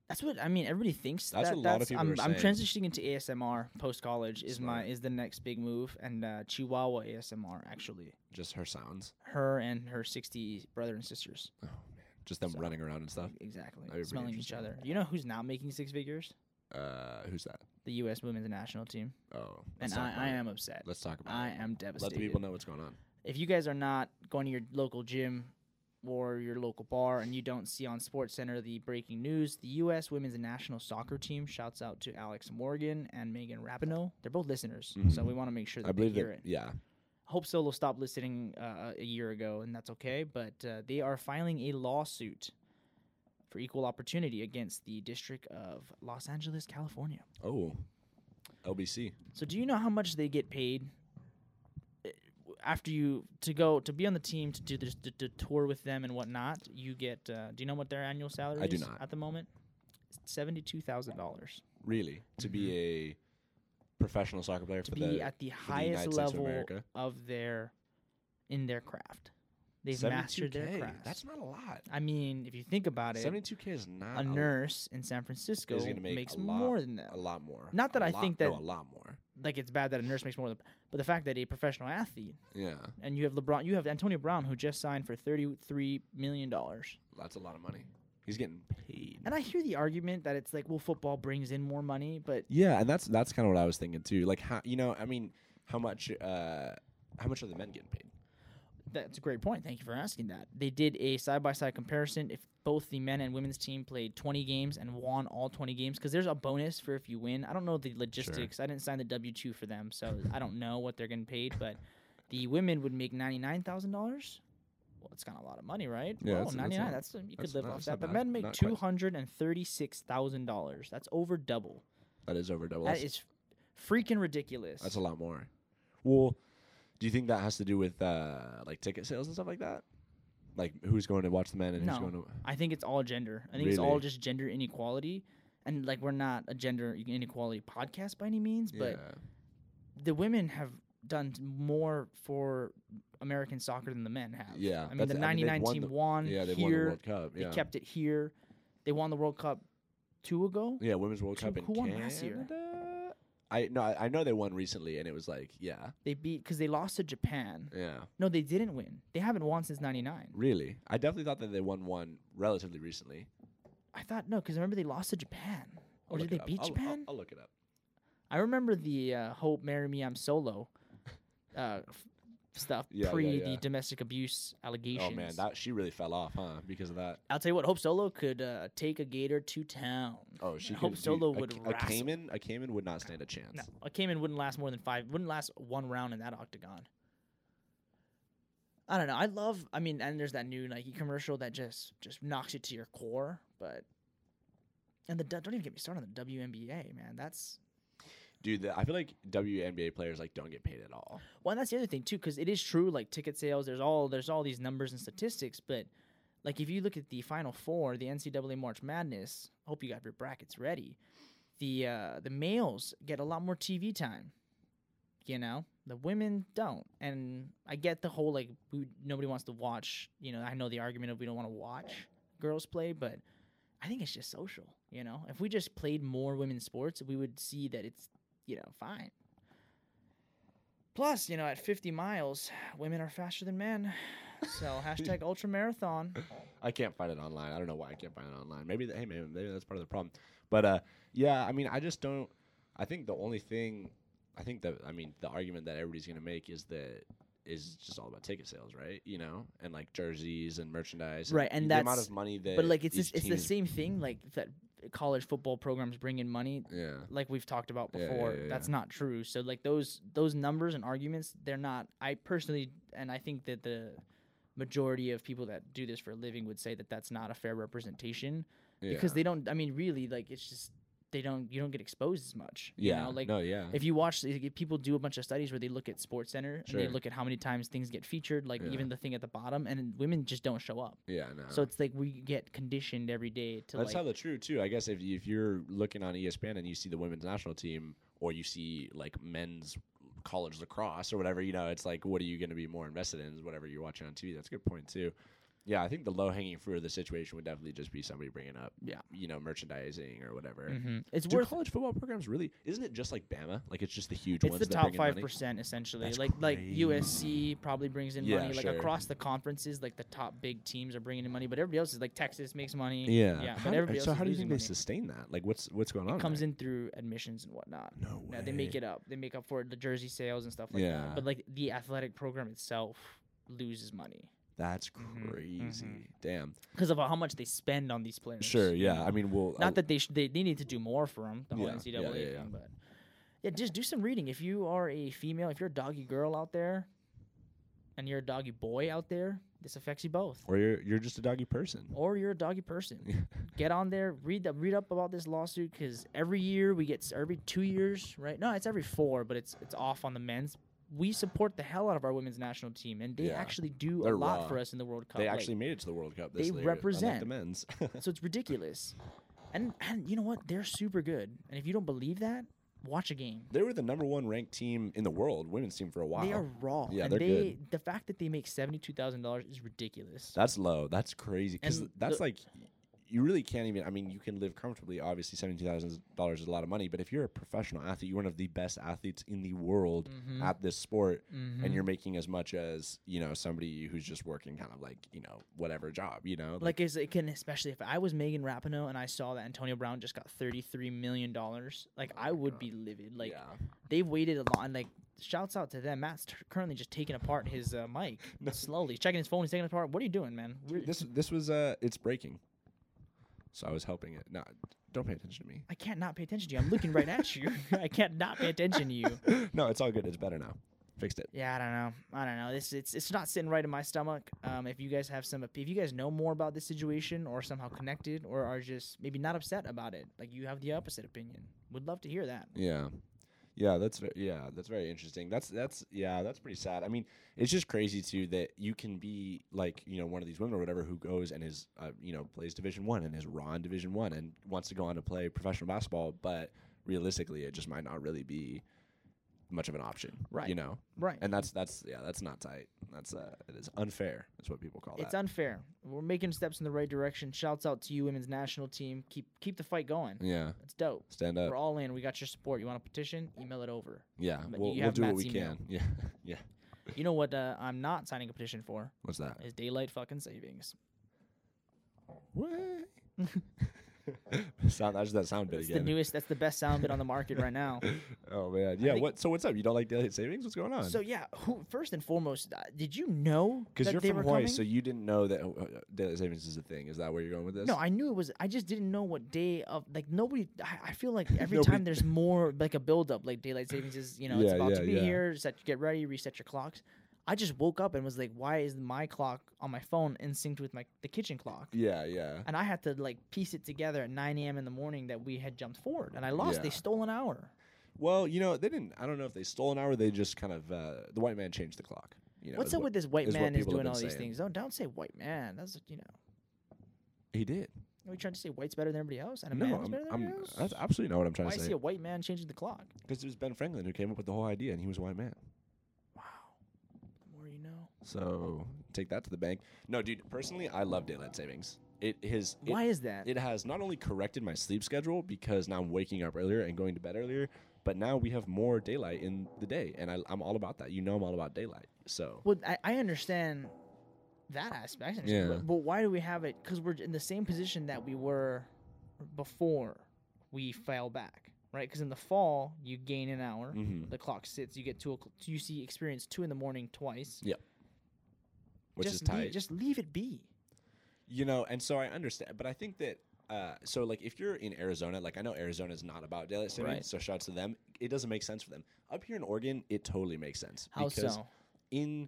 That's what I mean. Everybody thinks
That's
that,
what a lot of people
I'm,
are
I'm
saying.
transitioning into ASMR post college. Is my
Smart.
is the next big move, and uh, Chihuahua ASMR actually.
Just her sounds.
Her and her sixty brother and sisters.
Oh man, just them
So-
running around and stuff.
Exactly,
That'd be pretty
smelling each
interesting.
other. You know who's not making six figures?
Uh, who's that?
The U.S. women's national team,
Oh,
and
let's talk about
I, I
it.
am upset.
Let's talk about.
I
it.
am
Let
devastated.
the people know what's going on.
if you guys are not going to your local gym or your local bar and you don't see on Sports Center the breaking news, the U.S. women's national soccer team shouts out to Alex Morgan and Megan Rapinoe. They're both listeners, so
Mhm.
we want to make sure that
I believe
they hear
that.
it.
Yeah,
Hope Solo stopped listening uh, a year ago, and that's okay. But uh, they are filing a lawsuit for equal opportunity against the District of Los Angeles, California.
Oh, LBC.
So do you know how much they get paid uh, after you to go to be on the team to do this to, to tour with them and whatnot? You get uh, do you know what their annual salary
I do
is
not.
at the moment? Seventy two thousand dollars
Really, to be a professional soccer player
to
for
be
the
at the
for
highest
United States of
level
America.
of their in their craft. They've mastered their
72K,
craft.
That's not a lot.
I mean, if you think about it,
Seventy-two k is not
a
a
nurse in San Francisco
gonna make
makes
a lot-
more than that.
A lot more.
Not that
I
I think
no,
that-
a lot more.
Like it's bad that a nurse makes more than, but the fact that a professional athlete
Yeah,
and you have LeBron, you have Antonio Brown, who just signed for thirty-three million dollars.
that's a lot of money. He's getting paid.
And I hear the argument that it's like, well, football brings in more money, but
Yeah, and that's that's kind of what I was thinking too. Like how you know, I mean, how much uh how much are the men getting paid?
that's a great point. Thank you for asking that. They did a side-by-side comparison. If both the men and women's team played twenty games and won all twenty games, because there's a bonus for if you win. I don't know the logistics. I didn't sign the W two for them, so I don't know what they're getting paid. But the women would make ninety-nine thousand dollars. Well, it's kind of a lot of money, right?
Yeah,
well,
that's- that's
ninety-nine.
not-
That's, you could
that's
live
not-
off
that's not
that. The
bad.
men make
Not quite.
two hundred and thirty-six thousand dollars. That's over double.
That is over double.
That
that's,
is freaking ridiculous.
that's a lot more. Well, do you think that has to do with uh like ticket sales and stuff like that? Like who's going to watch the men and
No.
who's going to
I think it's all gender. I think it's all
Really?
just gender inequality. And like we're not a gender inequality podcast by any means, but
Yeah.
the women have done more for American soccer than the men have.
Yeah,
I mean
that's-
the
I mean, they've
99
won
team
the-
won
Yeah, they
here.
won the World Cup.
They
Yeah,
kept it here. They won the World Cup 2 ago.
yeah, Women's World
Two-
Cup in
who won
Canada.
last year?
I no, I, I know they won recently, and it was like, yeah,
They beat cuz they lost to Japan.
yeah,
No, they didn't win. They haven't won since 99.
really. I definitely thought that they won one relatively recently.
I thought no cuz remember they lost to Japan.
I'll
Or did
look it
they
up.
beat
I'll- I'll-
Japan?
I'll, look it up.
I remember the uh, "Hope Marry Me I'm Solo" uh, f- stuff
Yeah, yeah,
pre
yeah.
the domestic abuse allegations.
Oh man, that she really fell off, huh? Because of that.
I'll tell you what, Hope Solo could uh, take a gator to town.
Oh, she
I hope
could- dude,
Solo
a-
would
A,
wrestle.
Cayman, a Cayman would not stand a chance.
No, a Cayman wouldn't last more than five. Wouldn't last one round in that octagon. I don't know. I love. I mean, and there's that new Nike commercial that just just knocks you to your core. But and the don't even get me started on the WNBA, man. That's
Dude, the, I feel like WNBA players like don't get paid at all.
Well, and that's the other thing too, because it is true. Like ticket sales, there's all there's all these numbers and statistics, but like if you look at the Final Four, the NCAA March Madness. I hope you got your brackets ready. The uh, the males get a lot more TV time. You know, the women don't, and I get the whole like we, nobody wants to watch. You know, I know the argument of we don't want to watch girls play, but I think it's just social. You know, if we just played more women's sports, we would see that it's you know fine. Plus, you know, at 50 miles, women are faster than men. So hashtag ultra marathon.
I can't find it online. I don't know why I can't find it online. Maybe the, hey, maybe, maybe that's part of the problem. But uh, yeah, I mean, I just don't. I think the only thing, I think that I mean, the argument that everybody's gonna make is that is just all about ticket sales, right? You know, and like jerseys and merchandise,
Right, and
the amount
that's-
of money that.
But like it's
each
just, it's the
team's-
same thing like that college football programs bring in money
Yeah.
like we've talked about
Yeah, yeah,
before.
yeah,
That's not true. So like those those numbers and arguments, they're not I personally and I think that the majority of people that do this for a living would say that that's not a fair representation because
yeah.
they don't I mean really like it's just they don't you don't get exposed as much.
Yeah.
You know? Like
no. Yeah.
If you watch, if people do a bunch of studies where they look at Sports Center and
Mm-hmm. Sure.
they look at how many times things get featured, like
Yeah.
even the thing at the bottom, and women just don't show up.
yeah. No.
So it's like we get conditioned every day to
That's
like.
how the true too. I guess if you- if you're looking on E ESPN and you see the women's national team or you see like men's college lacrosse or whatever, you know, it's like what are you going to be more invested in? Is whatever you're watching on TV. That's a good point too. Yeah, I think the low hanging fruit of the situation would definitely just be somebody bringing up,
Yeah.
you know, merchandising or whatever.
Mhm. It's
Do
worth.
college football programs really? Isn't it just like Bama? Like it's just the huge
It's
ones.
the
that
top
bring in money?
five percent essentially.
That's
like like USC probably brings in
Yeah,
money. Like
sure.
across the conferences, like the top big teams are bringing in money, but everybody else is like Texas makes money.
Yeah.
yeah.
How
but
do-
everybody else
so
is
how do you
losing
think
money.
they sustain that? Like what's what's going on?
It comes
there?
in through admissions and whatnot.
No way.
No, they make it up. They make up for it, the jersey sales and stuff like
Yeah.
that. But like the athletic program itself loses money
That's
Mhm,
crazy.
mhm.
Damn.
because of how much they spend on these players.
Sure.
you
Yeah.
know?
I mean, we'll
Not that they should. They, they need to do more for them. The whole
Yeah,
NCAA
yeah, yeah,
thing,
yeah.
but yeah, just do some reading. If you are a female, if you're a doggy girl out there, and you're a doggy boy out there, this affects you both.
or you're you're just a doggy person.
Or you're a doggy person. get on there, read the, read up about this lawsuit because every year we get every two years, right? No, it's every four, but it's it's off on the men's. We support the hell out of our women's national team, and they
Yeah.
actually do
They're
a lot
raw.
for us in the World Cup.
they
like-
actually made it to the World Cup.
they
This year, unlike
represent.
the men's.
so it's ridiculous, and and you know what? They're super good, and if you don't believe that, watch a game.
they were the number one ranked team in the world, women's team for a while.
They are raw,
Yeah,
and
they're
they
good.
the fact that they make seventy two thousand dollars is ridiculous.
that's low. That's crazy. Because
And
that's
the-
like you really can't even. I mean, you can live comfortably. Obviously, seventy thousand dollars is a lot of money. But if you're a professional athlete, you're one of the best athletes in the world
Mhm.
at this sport,
Mhm.
and you're making as much as you know somebody who's just working kind of like you know whatever job. You know,
Like is it can especially if I was Megan Rapinoe and I saw that Antonio Brown just got thirty three million dollars, like I would be livid. Like
Oh yeah.
they've waited a lot, and like shouts out to them. Matt's t- currently just taking apart his uh, mic slowly, He's checking his phone. He's taking it apart. What are you doing, man? We're-
this this was uh, it's breaking. So I was helping it. No, don't pay attention to me.
I can't not pay attention to you. I'm looking right at you. I can't not pay attention to you.
no, it's all good. It's better now. Fixed it.
Yeah, I don't know. I don't know. This it's it's not sitting right in my stomach. Um, if you guys have some, if you guys know more about this situation or somehow connected or are just maybe not upset about it, like you have the opposite opinion, would love to hear that.
Yeah. Yeah, that's ve- yeah, that's very interesting. That's that's yeah, that's pretty sad. I mean, it's just crazy too that you can be like you know one of these women or whatever who goes and is uh, you know plays Division One and is raw in Division One and wants to go on to play professional basketball, but realistically, it just might not really be much of an option,
Right.
You know,
Right.
and that's that's yeah, that's not tight. That's uh, it is unfair. Is what people call
It's
that.
unfair. We're making steps in the right direction. Shouts out to you, women's national team. Keep keep the fight going.
yeah,
It's dope.
stand up.
We're all in. We got your support. You want a petition? Email it over.
Yeah,
But
we'll,
you
we'll
have
do what
Matt's
we
email.
can. Yeah, yeah.
You know what? Uh, I'm not signing a petition for
What's that?
is daylight fucking savings.
What? sound, that's that sound bit
That's the
again.
newest. That's the best sound bit on the market right now.
Oh man, yeah.
think-
What? So what's up? You don't like daylight savings? What's going on?
So yeah, who, first and foremost, uh, did you know
Because
that
you're
they
from
were
Hawaii,
coming?
so you didn't know that uh, uh, daylight savings is a thing. Is that where you're going with this?
no, I knew it was. I just didn't know what day of like nobody. I, I feel like every
Nobody-
time there's more like a buildup. Like daylight savings is you know it's
Yeah,
about
yeah,
to be
yeah.
here. Set get ready, reset your clocks. I just woke up and was like, why is my clock on my phone in sync with my the kitchen clock?
yeah, yeah.
And I had to like piece it together at 9 a.m. in the morning that we had jumped forward, and I lost. They
Yeah.
stole an hour.
Well, you know, they didn't. I don't know if they stole an hour. They just kind of uh, the white man changed the clock. You know,
What's
is
up
what-
with this white
is what
man is
people have
doing
been
all these
saying.
things? Don't don't say white man. That's you know.
he did?
Are we trying to say white's better than everybody else and a
No,
man's
I'm,
better than
I'm,
everybody else?
that's absolutely not what I'm trying
Why
to
is
say.
he a white man changing the clock?
Because it was Ben Franklin who came up with the whole idea, and he was a white man.
Wow. The more you know.
So take that to the bank. No, dude. Personally, I love daylight savings. It his it-
Why is that?
it has not only corrected my sleep schedule because now I'm waking up earlier and going to bed earlier, but now we have more daylight in the day, and I, I'm all about that. You know, I'm all about daylight. So
well, I, I understand that aspect. I understand,
Yeah.
But, but why do we have it? Because we're in the same position that we were before we fell back, right? Because in the fall, you gain an hour.
Mhm.
The clock sits. You get two. o'clock- You see experience two in the morning twice.
which
just
is tight.
Leave, just leave it be.
you know, and so I understand, but I think that. Uh, so like if you're in Arizona, like I know Arizona is not about daylight saving,
Right.
so shouts to them. It doesn't make sense for them. Up here in Oregon, it totally makes sense
How
because
so?
in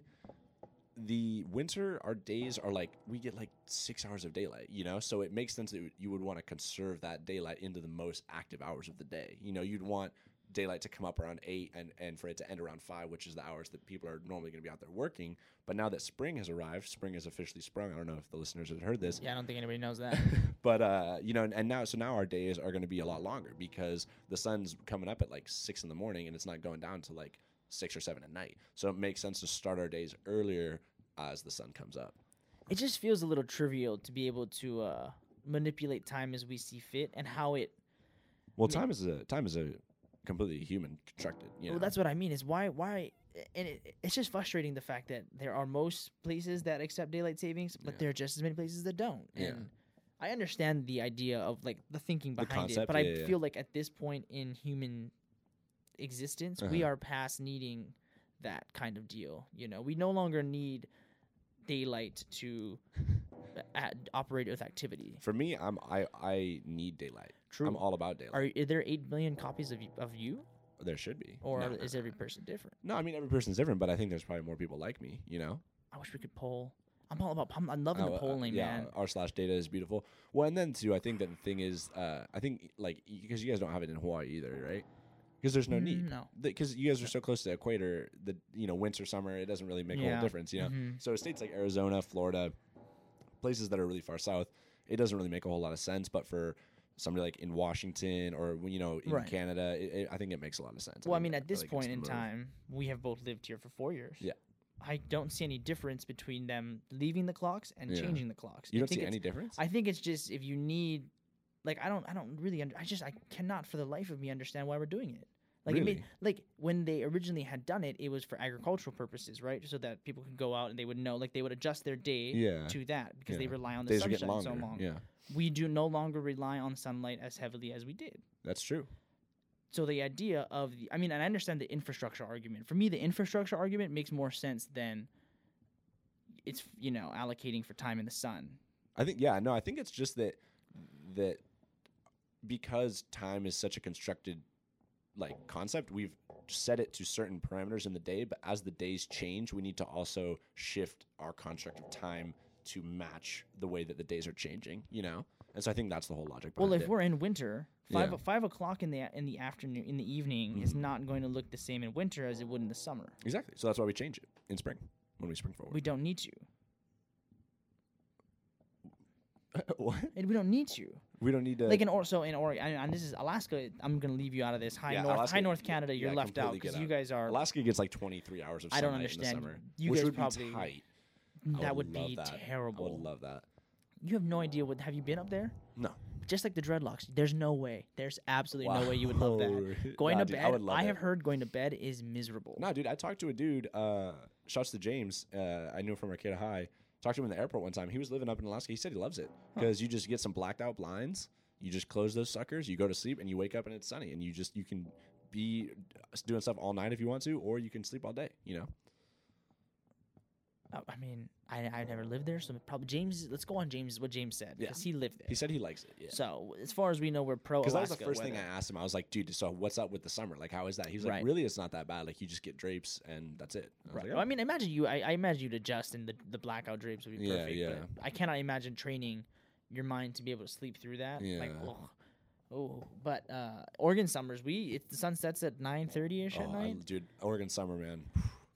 the winter, our days are like we get like six hours of daylight, you know. So it makes sense that you would want to conserve that daylight into the most active hours of the day. You know, you'd want daylight to come up around eight and and for it to end around five, which is the hours that people are normally going to be out there working. But now that spring has arrived, spring has officially sprung. I don't know if the listeners have heard this,
Yeah, I don't think anybody knows that.
but uh, you know, and, and now so now our days are going to be a lot longer because the sun's coming up at like six in the morning and it's not going down to like six or seven at night. So it makes sense to start our days earlier as the sun comes up.
it just feels a little trivial to be able to uh, manipulate time as we see fit and how it
Well, time is a time is a completely human constructed. You know,
Well, that's what I mean. Is why why and it, it's just frustrating the fact that there are most places that accept daylight savings, but
Yeah.
there are just as many places that don't.
Yeah.
And I understand the idea of like the thinking
The
behind it,
concept,
but I
yeah, yeah.
feel like at this point in human existence, we
Uh-huh.
are past needing that kind of deal. You know, we no longer need daylight to ad- operate with activity.
for me. I'm I I need daylight.
True.
I'm all about daylight.
Are, are there eight million copies of you, of you,
there should be.
or
no,
is every person different?
no, I mean every person's different, but I think there's probably more people like me. You know,
I wish we could poll. I'm all about. I'm, I'm loving
Oh,
the
uh,
polling,
yeah,
man.
R slash data is beautiful. Well, and then too, I think that the thing is, uh, I think like because you guys don't have it in Hawaii either, right? Because there's no need.
Mm-hmm. No.
Because you guys are so close to the equator, the you know winter summer, it doesn't really make a
Yeah.
whole difference, you know.
Mhm.
So states like Arizona, Florida, places that are really far south, it doesn't really make a whole lot of sense. But for somebody like in Washington or you know in
Right.
Canada, it, it, I think it makes a lot of sense.
Well, I
think
mean,
that
at this
really gets
point
the
in
move.
time, we have both lived here for four years.
Yeah.
I don't see any difference between them leaving the clocks and
Yeah.
changing the clocks.
you
I
don't
think
see
it's-
any difference.
I think it's just if you need, like, I don't, I don't really, under, I just, I cannot for the life of me understand why we're doing it. Like, I mean,
Really?
like when they originally had done it, it was for agricultural purposes, right? So that people could go out and they would know, like, they would adjust their day
Yeah.
to that because they
Yeah.
rely on the
Days are
sunshine
getting longer.
so long.
Yeah,
We do no longer rely on sunlight as heavily as we did.
that's true.
so the idea of the i mean and i understand the infrastructure argument for me the infrastructure argument makes more sense than it's you know allocating for time in the sun
I think yeah, no, I think it's just that that because time is such a constructed like concept, we've set it to certain parameters in the day, but as the days change, we need to also shift our construct of time to match the way that the days are changing, you know? And so I think that's the whole logic behind
well if
it.
we're in winter five
Yeah. Mm-hmm.
five o'clock in the a- in the afternoon in the evening is not going to look the same in winter as it would in the summer
exactly. So that's why we change it in spring when we spring forward.
we don't need to
what?
and we don't need to
We don't need to
like in or so in Oregon and this is Alaska I'm gonna leave you out of this high
Yeah,
north
Alaska-
high north Canada you're
yeah,
left out
completely get
because you
out.
guys are
Alaska gets like 23 hours of sunlight
I don't
in
understand.
the summer.
You
which
guys
would
probably-
be tight. I
that would,
love
be
that.
terrible
I would love that.
you have no idea what have you been up there
No.
just like the dreadlocks, there's no way. There's absolutely no way you would love that.
Wow.
Going
Nah,
to
dude, I
bed,
would love
I, have
it.
heard going to bed is miserable.
No, dude, I talked to a dude. Uh, shouts to James. Uh, I knew him from Arcata High. Talked to him in the airport one time. He was living up in Alaska. He said he loves it because you just get some blacked out blinds. You just close those suckers. You go to sleep and you wake up and it's sunny and you just you can be doing stuff all night if you want to, or you can sleep all day. You know,
Uh, I mean, I I never lived there, so probably James. Let's go on James. What James said
Yeah.
because he lived there.
he said he likes it. Yeah.
So as far as we know, we're pro.
Because that was the
Alaska
first thing I
weather.
asked him. I was like, dude, so what's up with the summer? Like, how is that? He was like,
Right.
really, it's not that bad. Like, you just get drapes and that's it. I was
Right.
like, oh.
Well, I mean, imagine you. I, I imagine you'd adjust, and the, the blackout drapes would be
Yeah,
perfect.
yeah.
But I cannot imagine training your mind to be able to sleep through that. Like,
Yeah.
oh, oh. But uh, Oregon summers, we it, the sun sets at nine thirty ish
"Oh,
at
I-
night.
dude, Oregon summer, man.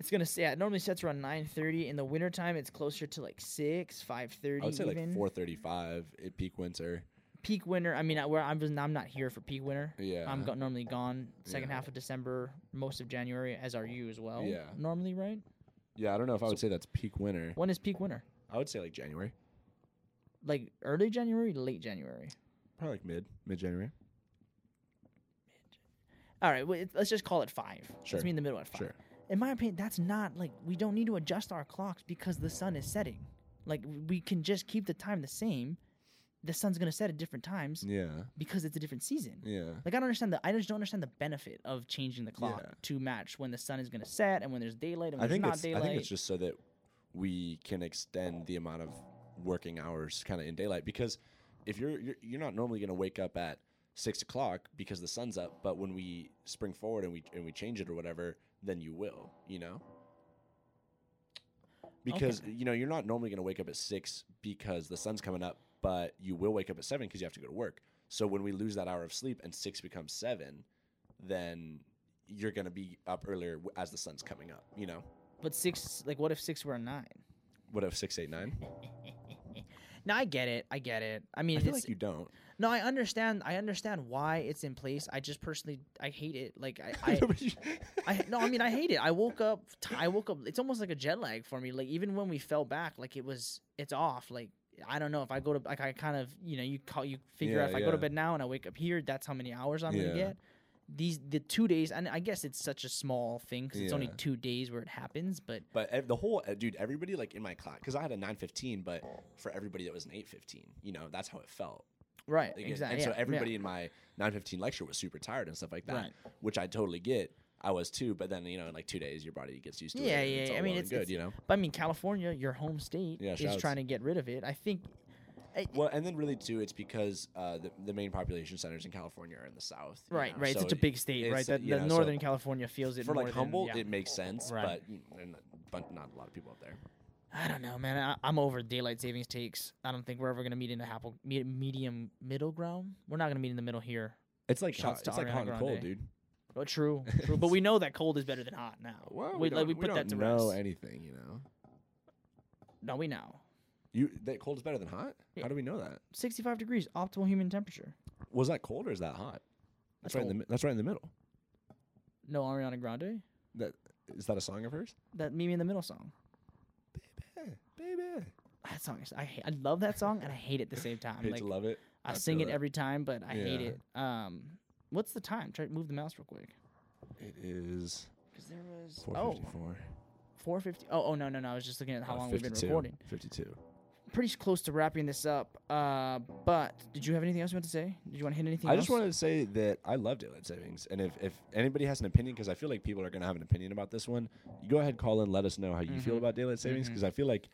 It's gonna say yeah, it normally sets around nine thirty. In the wintertime, it's closer to like six, five thirty.
I would say
even.
like 435 at peak winter.
Peak winter. I mean, I, where I'm just I'm not here for peak winter.
Yeah.
I'm go- normally gone second
Yeah.
half of December, most of January, as are you as well.
Yeah.
Normally, right?
yeah, I don't know if I would say that's peak winter.
When is peak winter?
I would say like January,
Like early January, to late January.
probably like mid, mid January.
All right, well, it- let's just call it five.
Sure.
Let's be in the middle at five.
Sure.
In my opinion, that's not like we don't need to adjust our clocks because the sun is setting. Like w- we can just keep the time the same. The sun's gonna set at different times
Yeah.
because it's a different season.
Yeah.
Like I don't understand the I just don't understand the benefit of changing the clock
Yeah.
to match when the sun is gonna set and when there's daylight and when
I think,
there's
it's,
not daylight.
I think it's just so that we can extend the amount of working hours kind of in daylight because if you're, you're you're not normally going to wake up at six o'clock because the sun's up but when we spring forward and we and we change it or whatever then you will you know because you know you're not normally going to wake up at six because the sun's coming up but you will wake up at seven because you have to go to work so when we lose that hour of sleep and six becomes seven then you're going to be up earlier w- as the sun's coming up you know
but six like what if six were a nine?
what if six eight nine
No, I get it. I get it. I mean
I feel
it's,
like you don't.
no, I understand I understand why it's in place. I just personally I hate it. Like I, I
No, but you-
I no, I mean I hate it. I woke up. T- I woke up. It's almost like a jet lag for me. Like even when we fell back, like it was. It's off. Like I don't know if I go to like I kind of you know you call you figure out
Yeah,
if I go to
yeah.
bed now and I wake up here, that's how many hours I'm
Yeah.
gonna get. These the two days, and I guess it's such a small thing because it's only
Yeah.
two days where it happens. But
but ev- the whole uh, dude, everybody like in my class, because I had a nine fifteen, but for everybody that was an eight fifteen, you know, that's how it felt.
right,
Like, and-
exactly.
And
yeah,
so
yeah.
everybody in my nine fifteen lecture was super tired and stuff like that,
Right.
which I totally get. I was too, but then you know, in like two days, your body gets used to it.
Yeah,
and
yeah,
It's
yeah.
all
I mean,
well and
it's-
good,
it's-
you know.
But I mean, California, your home state,
Yeah,
is
shouts.
trying to get rid of it. I think. I-
Well, and then really too, it's because uh, the, the main population centers in California are in the south. you
Right,
know,
right.
so
it's such a
it-
big state,
it's,
right? That,
you
that
know, so
Northern California feels it
for
more
like
than-
Humboldt,
yeah.
it makes sense,
Right.
but you know, there are not, but not a lot of people up there.
I don't know, man. I, I'm over daylight savings takes. I don't think we're ever gonna meet in a happy me, medium middle ground. We're not gonna meet in the middle here.
It's like
Shouts
hot,
to
it's like
Ariana
hot and cold,
Grande.
dude.
Oh, true, true. but we know that cold is better than hot now.
Well,
we, like, we
don't-
put that to
don't know
rest.
anything, you know.
no, we know.
You that cold is better than hot.
Yeah.
How do we know that?
65 degrees, optimal human temperature.
Was that cold or is that hot? That's,
That's
right. In the, mi- that's right in the middle.
No Ariana Grande.
That is that a song of hers?
That Meet Me in the Middle song.
Baby, baby.
That song is. I hate, I love that song and I hate it at the same time.
I hate
like
to love it.
I
I
sing
feel
it
it.
every time, but I hate
Yeah.
it. Um, what's the time? Try to move the mouse real quick.
It is
Because there was
four Uh,
oh
fifty four.
450. Oh, oh no no no. I was just looking at how long we've been recording.
Fifty two.
pretty close to wrapping this up. Uh, but did you have anything else you want to say? Did you want to hit anything?
I
else?
just wanted to say that I love daylight savings, and if, if anybody has an opinion, because I feel like people are going to have an opinion about this one, you go ahead, call in, let us know how you feel
Mhm.
about daylight savings,
Mhm.
because I feel like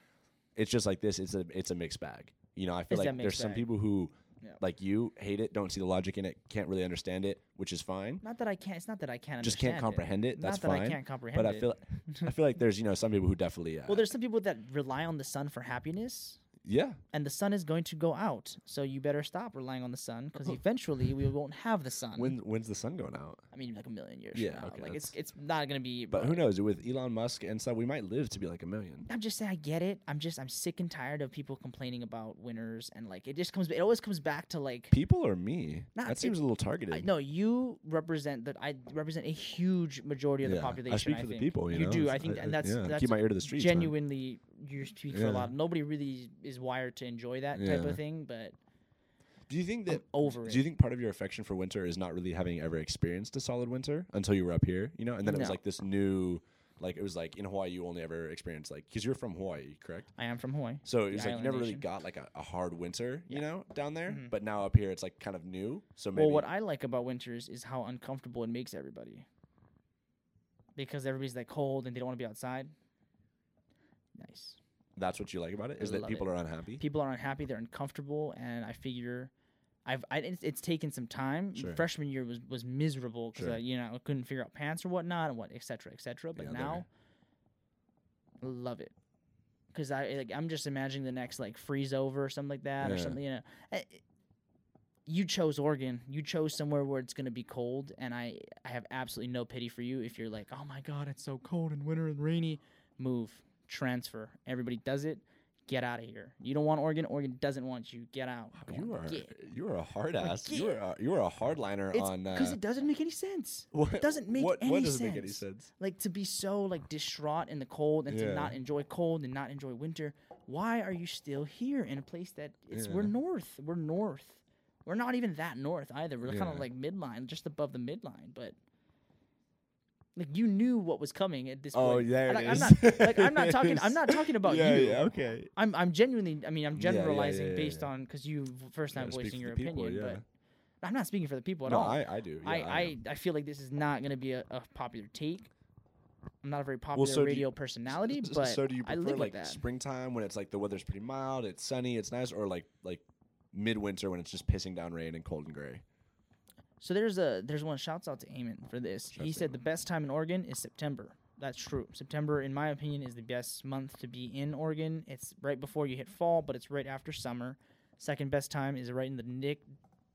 it's just like this. It's a it's a mixed bag. You know, I feel
It's a
like there's
mixed
some
bag.
people who,
Yeah.
like you, hate it, don't see the logic in it, can't really understand it, which is fine.
Not that I can't. It's not that I can't.
Just can't
understand
comprehend it. That's
not that
fine.
I can't comprehend
but I
it.
feel I feel like there's you know some people who definitely uh,
well, there's some people that rely on the sun for happiness,
yeah
and the sun is going to go out. So you better stop relying on the sun because eventually we won't have the sun.
when when's the sun going out
I mean, like a million years.
Yeah,
From now.
okay,
like it's it's not gonna be.
but who knows with Elon Musk and stuff we might live to be like a million
I'm just saying, I get it. I'm just, I'm sick and tired of people complaining about winners, and like, it just comes, it always comes back to like,
people or me
Nah,
that
it-
seems a little
I,
targeted
no, you represent that. I represent a huge majority of the
Yeah.
population.
I speak for the
think.
people you, know?
do.
It's-
I think,
I-
and that's
yeah,
that's
keep my ear to the streets man.
genuinely you speak for a
Yeah.
lot. Nobody really is wired to enjoy that type
Yeah.
of thing, but
do you think
I'm
that
over
do you
it.
think part of your affection for winter is not really having ever experienced a solid winter until you were up here you know and then it was
No.
like this new Like it was like in Hawaii, you only ever experienced like because you're from Hawaii, correct?
I am from Hawaii.
So it was like you
island
never really
nation.
got like a, a hard winter, you know, down there.
Mhm.
But now up here, it's like kind of new. So maybe
Well, what I like about winters is how uncomfortable it makes everybody. Because everybody's like cold and they don't want to be outside. Nice.
that's what you like about it is that
love
people are unhappy.
People are unhappy. They're uncomfortable, and I figure, I've I, it's, it's taken some time.
Sure.
Freshman year was was miserable because
Sure.
uh, you know I couldn't figure out pants or whatnot and what et cetera et cetera. But
Yeah, they're-
now, love it. Because I like I'm just imagining the next like freeze over or something like that or
Yeah.
something you know. I- You chose Oregon. You chose somewhere where it's going to be cold, and I I have absolutely no pity for you if you're like, oh my god, it's so cold and winter and rainy. Move, transfer. Everybody does it. Get out of here. You don't want Oregon. Oregon doesn't want you. Get out. Go
You
on,
are
get.
you are a hard ass. You
yeah.
are a, you are a hardliner
It's
on
because
uh,
it doesn't make any sense.
what,
It doesn't make
what,
any
what
sense.
doesn't make any sense.
Like to be so like distraught in the cold and
Yeah.
to not enjoy cold and not enjoy winter. Why are you still here in a place that it's we're
Yeah.
north. We're north. We're not even that north either. We're kind
Yeah.
of like midline, just above the midline, but like you knew what was coming at this
Oh,
point.
there it
like,
is.
I'm not like
There
I'm not talking I'm
is.
not talking about
yeah,
you.
Yeah, okay.
I'm I'm genuinely. I mean, I'm
Yeah, yeah, yeah,
generalizing
yeah,
based
yeah.
on because you first time
gotta speak
voicing
for
your
the people,
opinion,
yeah.
but I'm not speaking for the people at
No,
all.
I, I do. Yeah,
I,
I,
I, I feel like this is not going to be a, a popular take. I'm not a very popular
so do you-
radio personality,
S-
but
so do you
I
prefer
live
like
with that.
springtime when it's like the weather's pretty mild, it's sunny, it's nice, or like like midwinter when it's just pissing down rain and cold and gray?
So there's a there's one. Shouts out to Eamon for this.
Shouts
he
to
said the best time in Oregon is September. That's true. September, in my opinion, is the best month to be in Oregon. It's right before you hit fall, but it's right after summer. Second best time is right in the nick,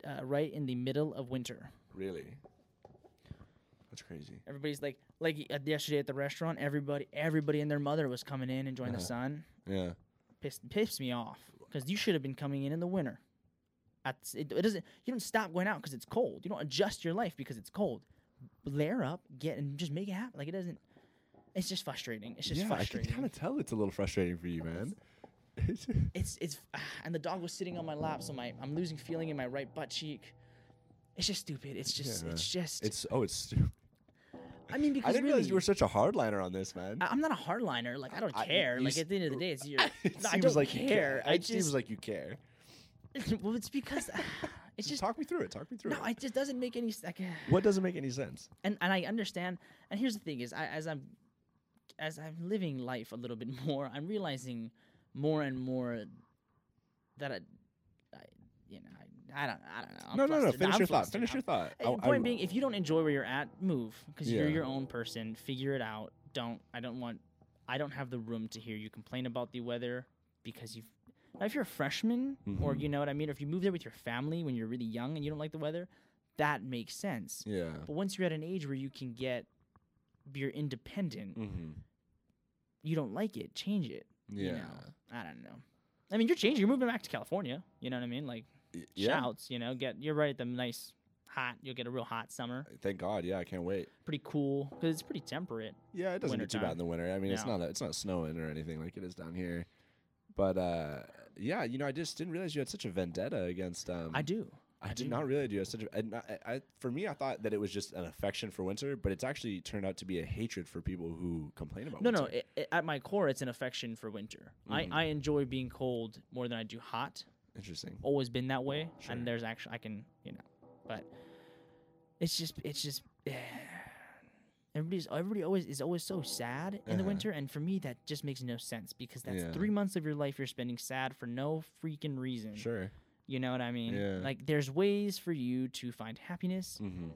uh, right in the middle of winter.
Really? That's crazy.
Everybody's like, like uh, yesterday at the restaurant, everybody, everybody and their mother was coming in enjoying the
Uh-huh.
sun.
Yeah.
Pissed, pissed me off because you should have been coming in in the winter. That's it, it doesn't. You don't stop going out because it's cold. You don't adjust your life because it's cold. Layer up, get and just make it happen. Like it doesn't. It's just frustrating. It's just
yeah, I can
frustrating.
kind of tell it's a little frustrating for you, man.
it's it's and the dog was sitting on my lap, so my I'm losing feeling in my right butt cheek. It's just stupid. It's just
Yeah.
it's just.
it's oh, it's. stu-
I mean, because
I didn't realize
really-
you were such a hardliner on this, man.
I- I'm not a hardliner. Like I don't
I-
care.
you
like
s-
at the end of the day, it's your.
it
No, I
seems
don't
like you
care. I
It seems
just.
like you care.
well, it's because it's
Just
just
talk me through it. Talk me through
no.
it.
It just doesn't make any. s- Like,
What doesn't make any sense?
and and I understand. And here's the thing: is I, as I'm as I'm living life a little bit more, I'm realizing more and more that I, I you know, I, I don't, I don't know. I'm
no, no, no.
flustered.
Finish
I'm
your thought.
flustered.
Finish
I'm
your thought.
Hey,
I-
the
I-
point being, if you don't enjoy where you're at, move because you're
Yeah.
your own person. Figure it out. Don't. I don't want. I don't have the room to hear you complain about the weather because you've. Now, if you're a freshman, or
Mhm.
you know what I mean, or if you move there with your family when you're really young and you don't like the weather, that makes sense.
yeah.
But once you're at an age where you can get, you're independent.
Mm-hmm.
You don't like it, change it.
Yeah.
You know, I don't know. I mean, you're changing. You're moving back to California. You know what I mean? Like
Y- yeah.
shouts. You know, get you're right at the nice hot. You'll get a real hot summer.
Thank God. Yeah, I can't wait.
pretty cool because it's pretty temperate.
Yeah, it doesn't get too
Wintertime.
bad in the winter. I mean, it's
No.
not it's not snowing or anything like it is down here. But uh, yeah, you know, I just didn't realize you had such a vendetta against. Um,
I do.
I,
I
did
do.
not realize you had such a. And I, I, for me, I thought that it was just an affection for winter, but it's actually turned out to be a hatred for people who complain about.
No,
winter.
no. It, it, at my core, it's an affection for winter.
Mhm.
I, I enjoy being cold more than I do hot.
Interesting.
Always been that way.
Sure.
And there's actually I can you know, but it's just it's just eh. everybody's everybody always is always so sad in
Uh-huh.
the winter, and for me that just makes no sense because that's
Yeah.
three months of your life you're spending sad for no freaking reason.
Sure.
You know what I mean?
Yeah.
Like there's ways for you to find happiness.
Mm-hmm.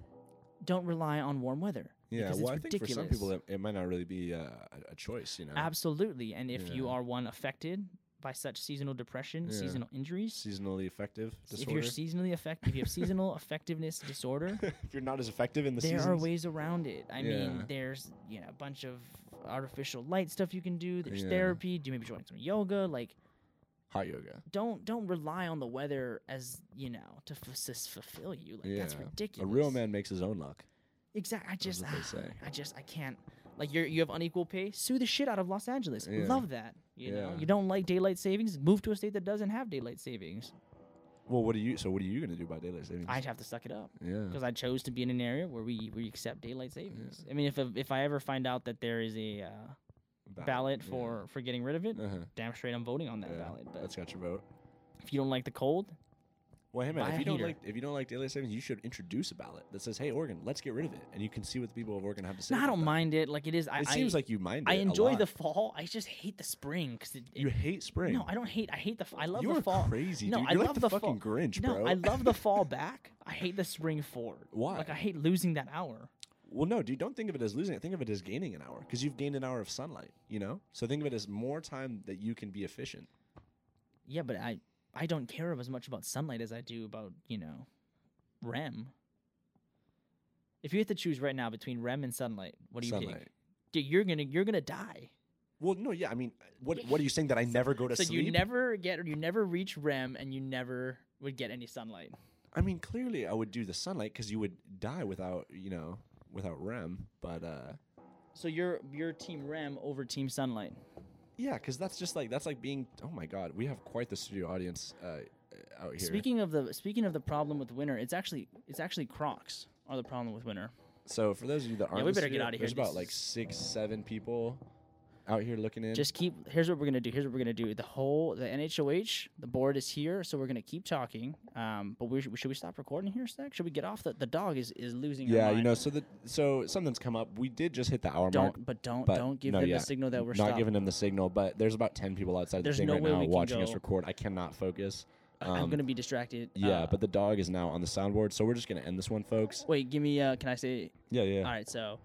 Don't rely on warm weather.
Yeah.
because
Well, I
it's
think for some people,
ridiculous.
it, it might not really be uh, a- a choice. You know,
Absolutely. And if you
Yeah.
are one affected by such seasonal depression,
Yeah.
seasonal injuries,
seasonally effective disorder.
if you're seasonally affected, if you have seasonal effectiveness disorder,
if you're not as effective in the
there
season.
are ways around it. I
Yeah.
mean, there's you know a bunch of artificial light stuff you can do. There's
Yeah.
therapy. Do maybe join some yoga. Like
hot yoga.
don't don't rely on the weather as you know to f- sus- fulfill you. Like that's
Yeah.
ridiculous.
A real man makes his own luck.
Exactly. I just
what they say.
I just I can't. Like you're you have unequal pay. Sue the shit out of Los Angeles.
Yeah.
Love that. You know
Yeah.
you don't like daylight savings. Move to a state that doesn't have daylight savings.
Well, what are you? So what are you gonna do by daylight savings?
I'd have to suck it up
yeah.
because I chose to be in an area where we we accept daylight savings. I mean, if a, if I ever find out that there is a uh, ballot
yeah.
for for getting rid of it,
Uh-huh.
damn straight I'm voting on that
Yeah,
ballot. But
That's got your vote.
if you don't like the cold,
Well, hey
Buy
man,
a
if you don't
heater.
like if you don't like daylight savings, you should introduce a ballot that says, "Hey, Oregon, let's get rid of it," and you can see what the people of Oregon have to say.
no, I
about
don't
that.
mind it. Like it is. I,
It
I-
seems like you mind.
I
it a
enjoy the
lot.
fall. I just hate the spring because it,
you
it-
hate spring.
no, I don't hate. I hate the. f- I love
You're
the fall.
crazy.
No,
dude.
I
You're
love
like the,
the fall.
fucking Grinch,
no,
bro.
I love the fall back. I hate the spring forward.
Why?
Like I hate losing that hour.
Well, no, dude, don't think of it as losing it. Think of it as gaining an hour because you've gained an hour of sunlight, you know? So think of it as more time that you can be efficient.
Yeah, but I I don't care as much about sunlight as I do about you know REM. If you had to choose right now between REM and sunlight, what do you
sunlight.
pick? Dude, you're gonna you're gonna die.
Well, no, yeah. I mean, what what are you saying that I never go to
so
sleep?
you never get you never reach REM and you never would get any sunlight.
I mean, clearly I would do the sunlight because you would die without, you know, without REM. But uh,
So you're you're team REM over team sunlight.
yeah, because that's just like, that's like being, oh my God, we have quite the studio audience uh, out here.
Speaking of the speaking of the problem with winter, it's actually it's actually Crocs are the problem with winter.
so for those of you that aren't, in
we
the
better get
studio,
outta here.
There's
This
about like
is-
six, seven people out here looking in.
Just keep. Here's what we're gonna do. Here's what we're gonna do. The whole the NHOH the board is here, so we're gonna keep talking. Um, but we should, should we stop recording here, Stack? Should we get off? The the dog is is losing. her
yeah, you
mind.
know, so the so something's come up. We did just hit the hour mark.
Don't but don't
but
don't give
no,
them
yeah,
the signal that we're
not
stopped.
giving them the signal, but there's about ten people outside
There's
the thing
no
right
way
now
we can
watching us
go.
record. I cannot focus.
I- I'm
Um,
gonna be distracted.
yeah,
Uh,
but the dog is now on the soundboard, so we're just gonna end this one, folks.
wait, give me. Uh, can I say?
Yeah, yeah.
All right, so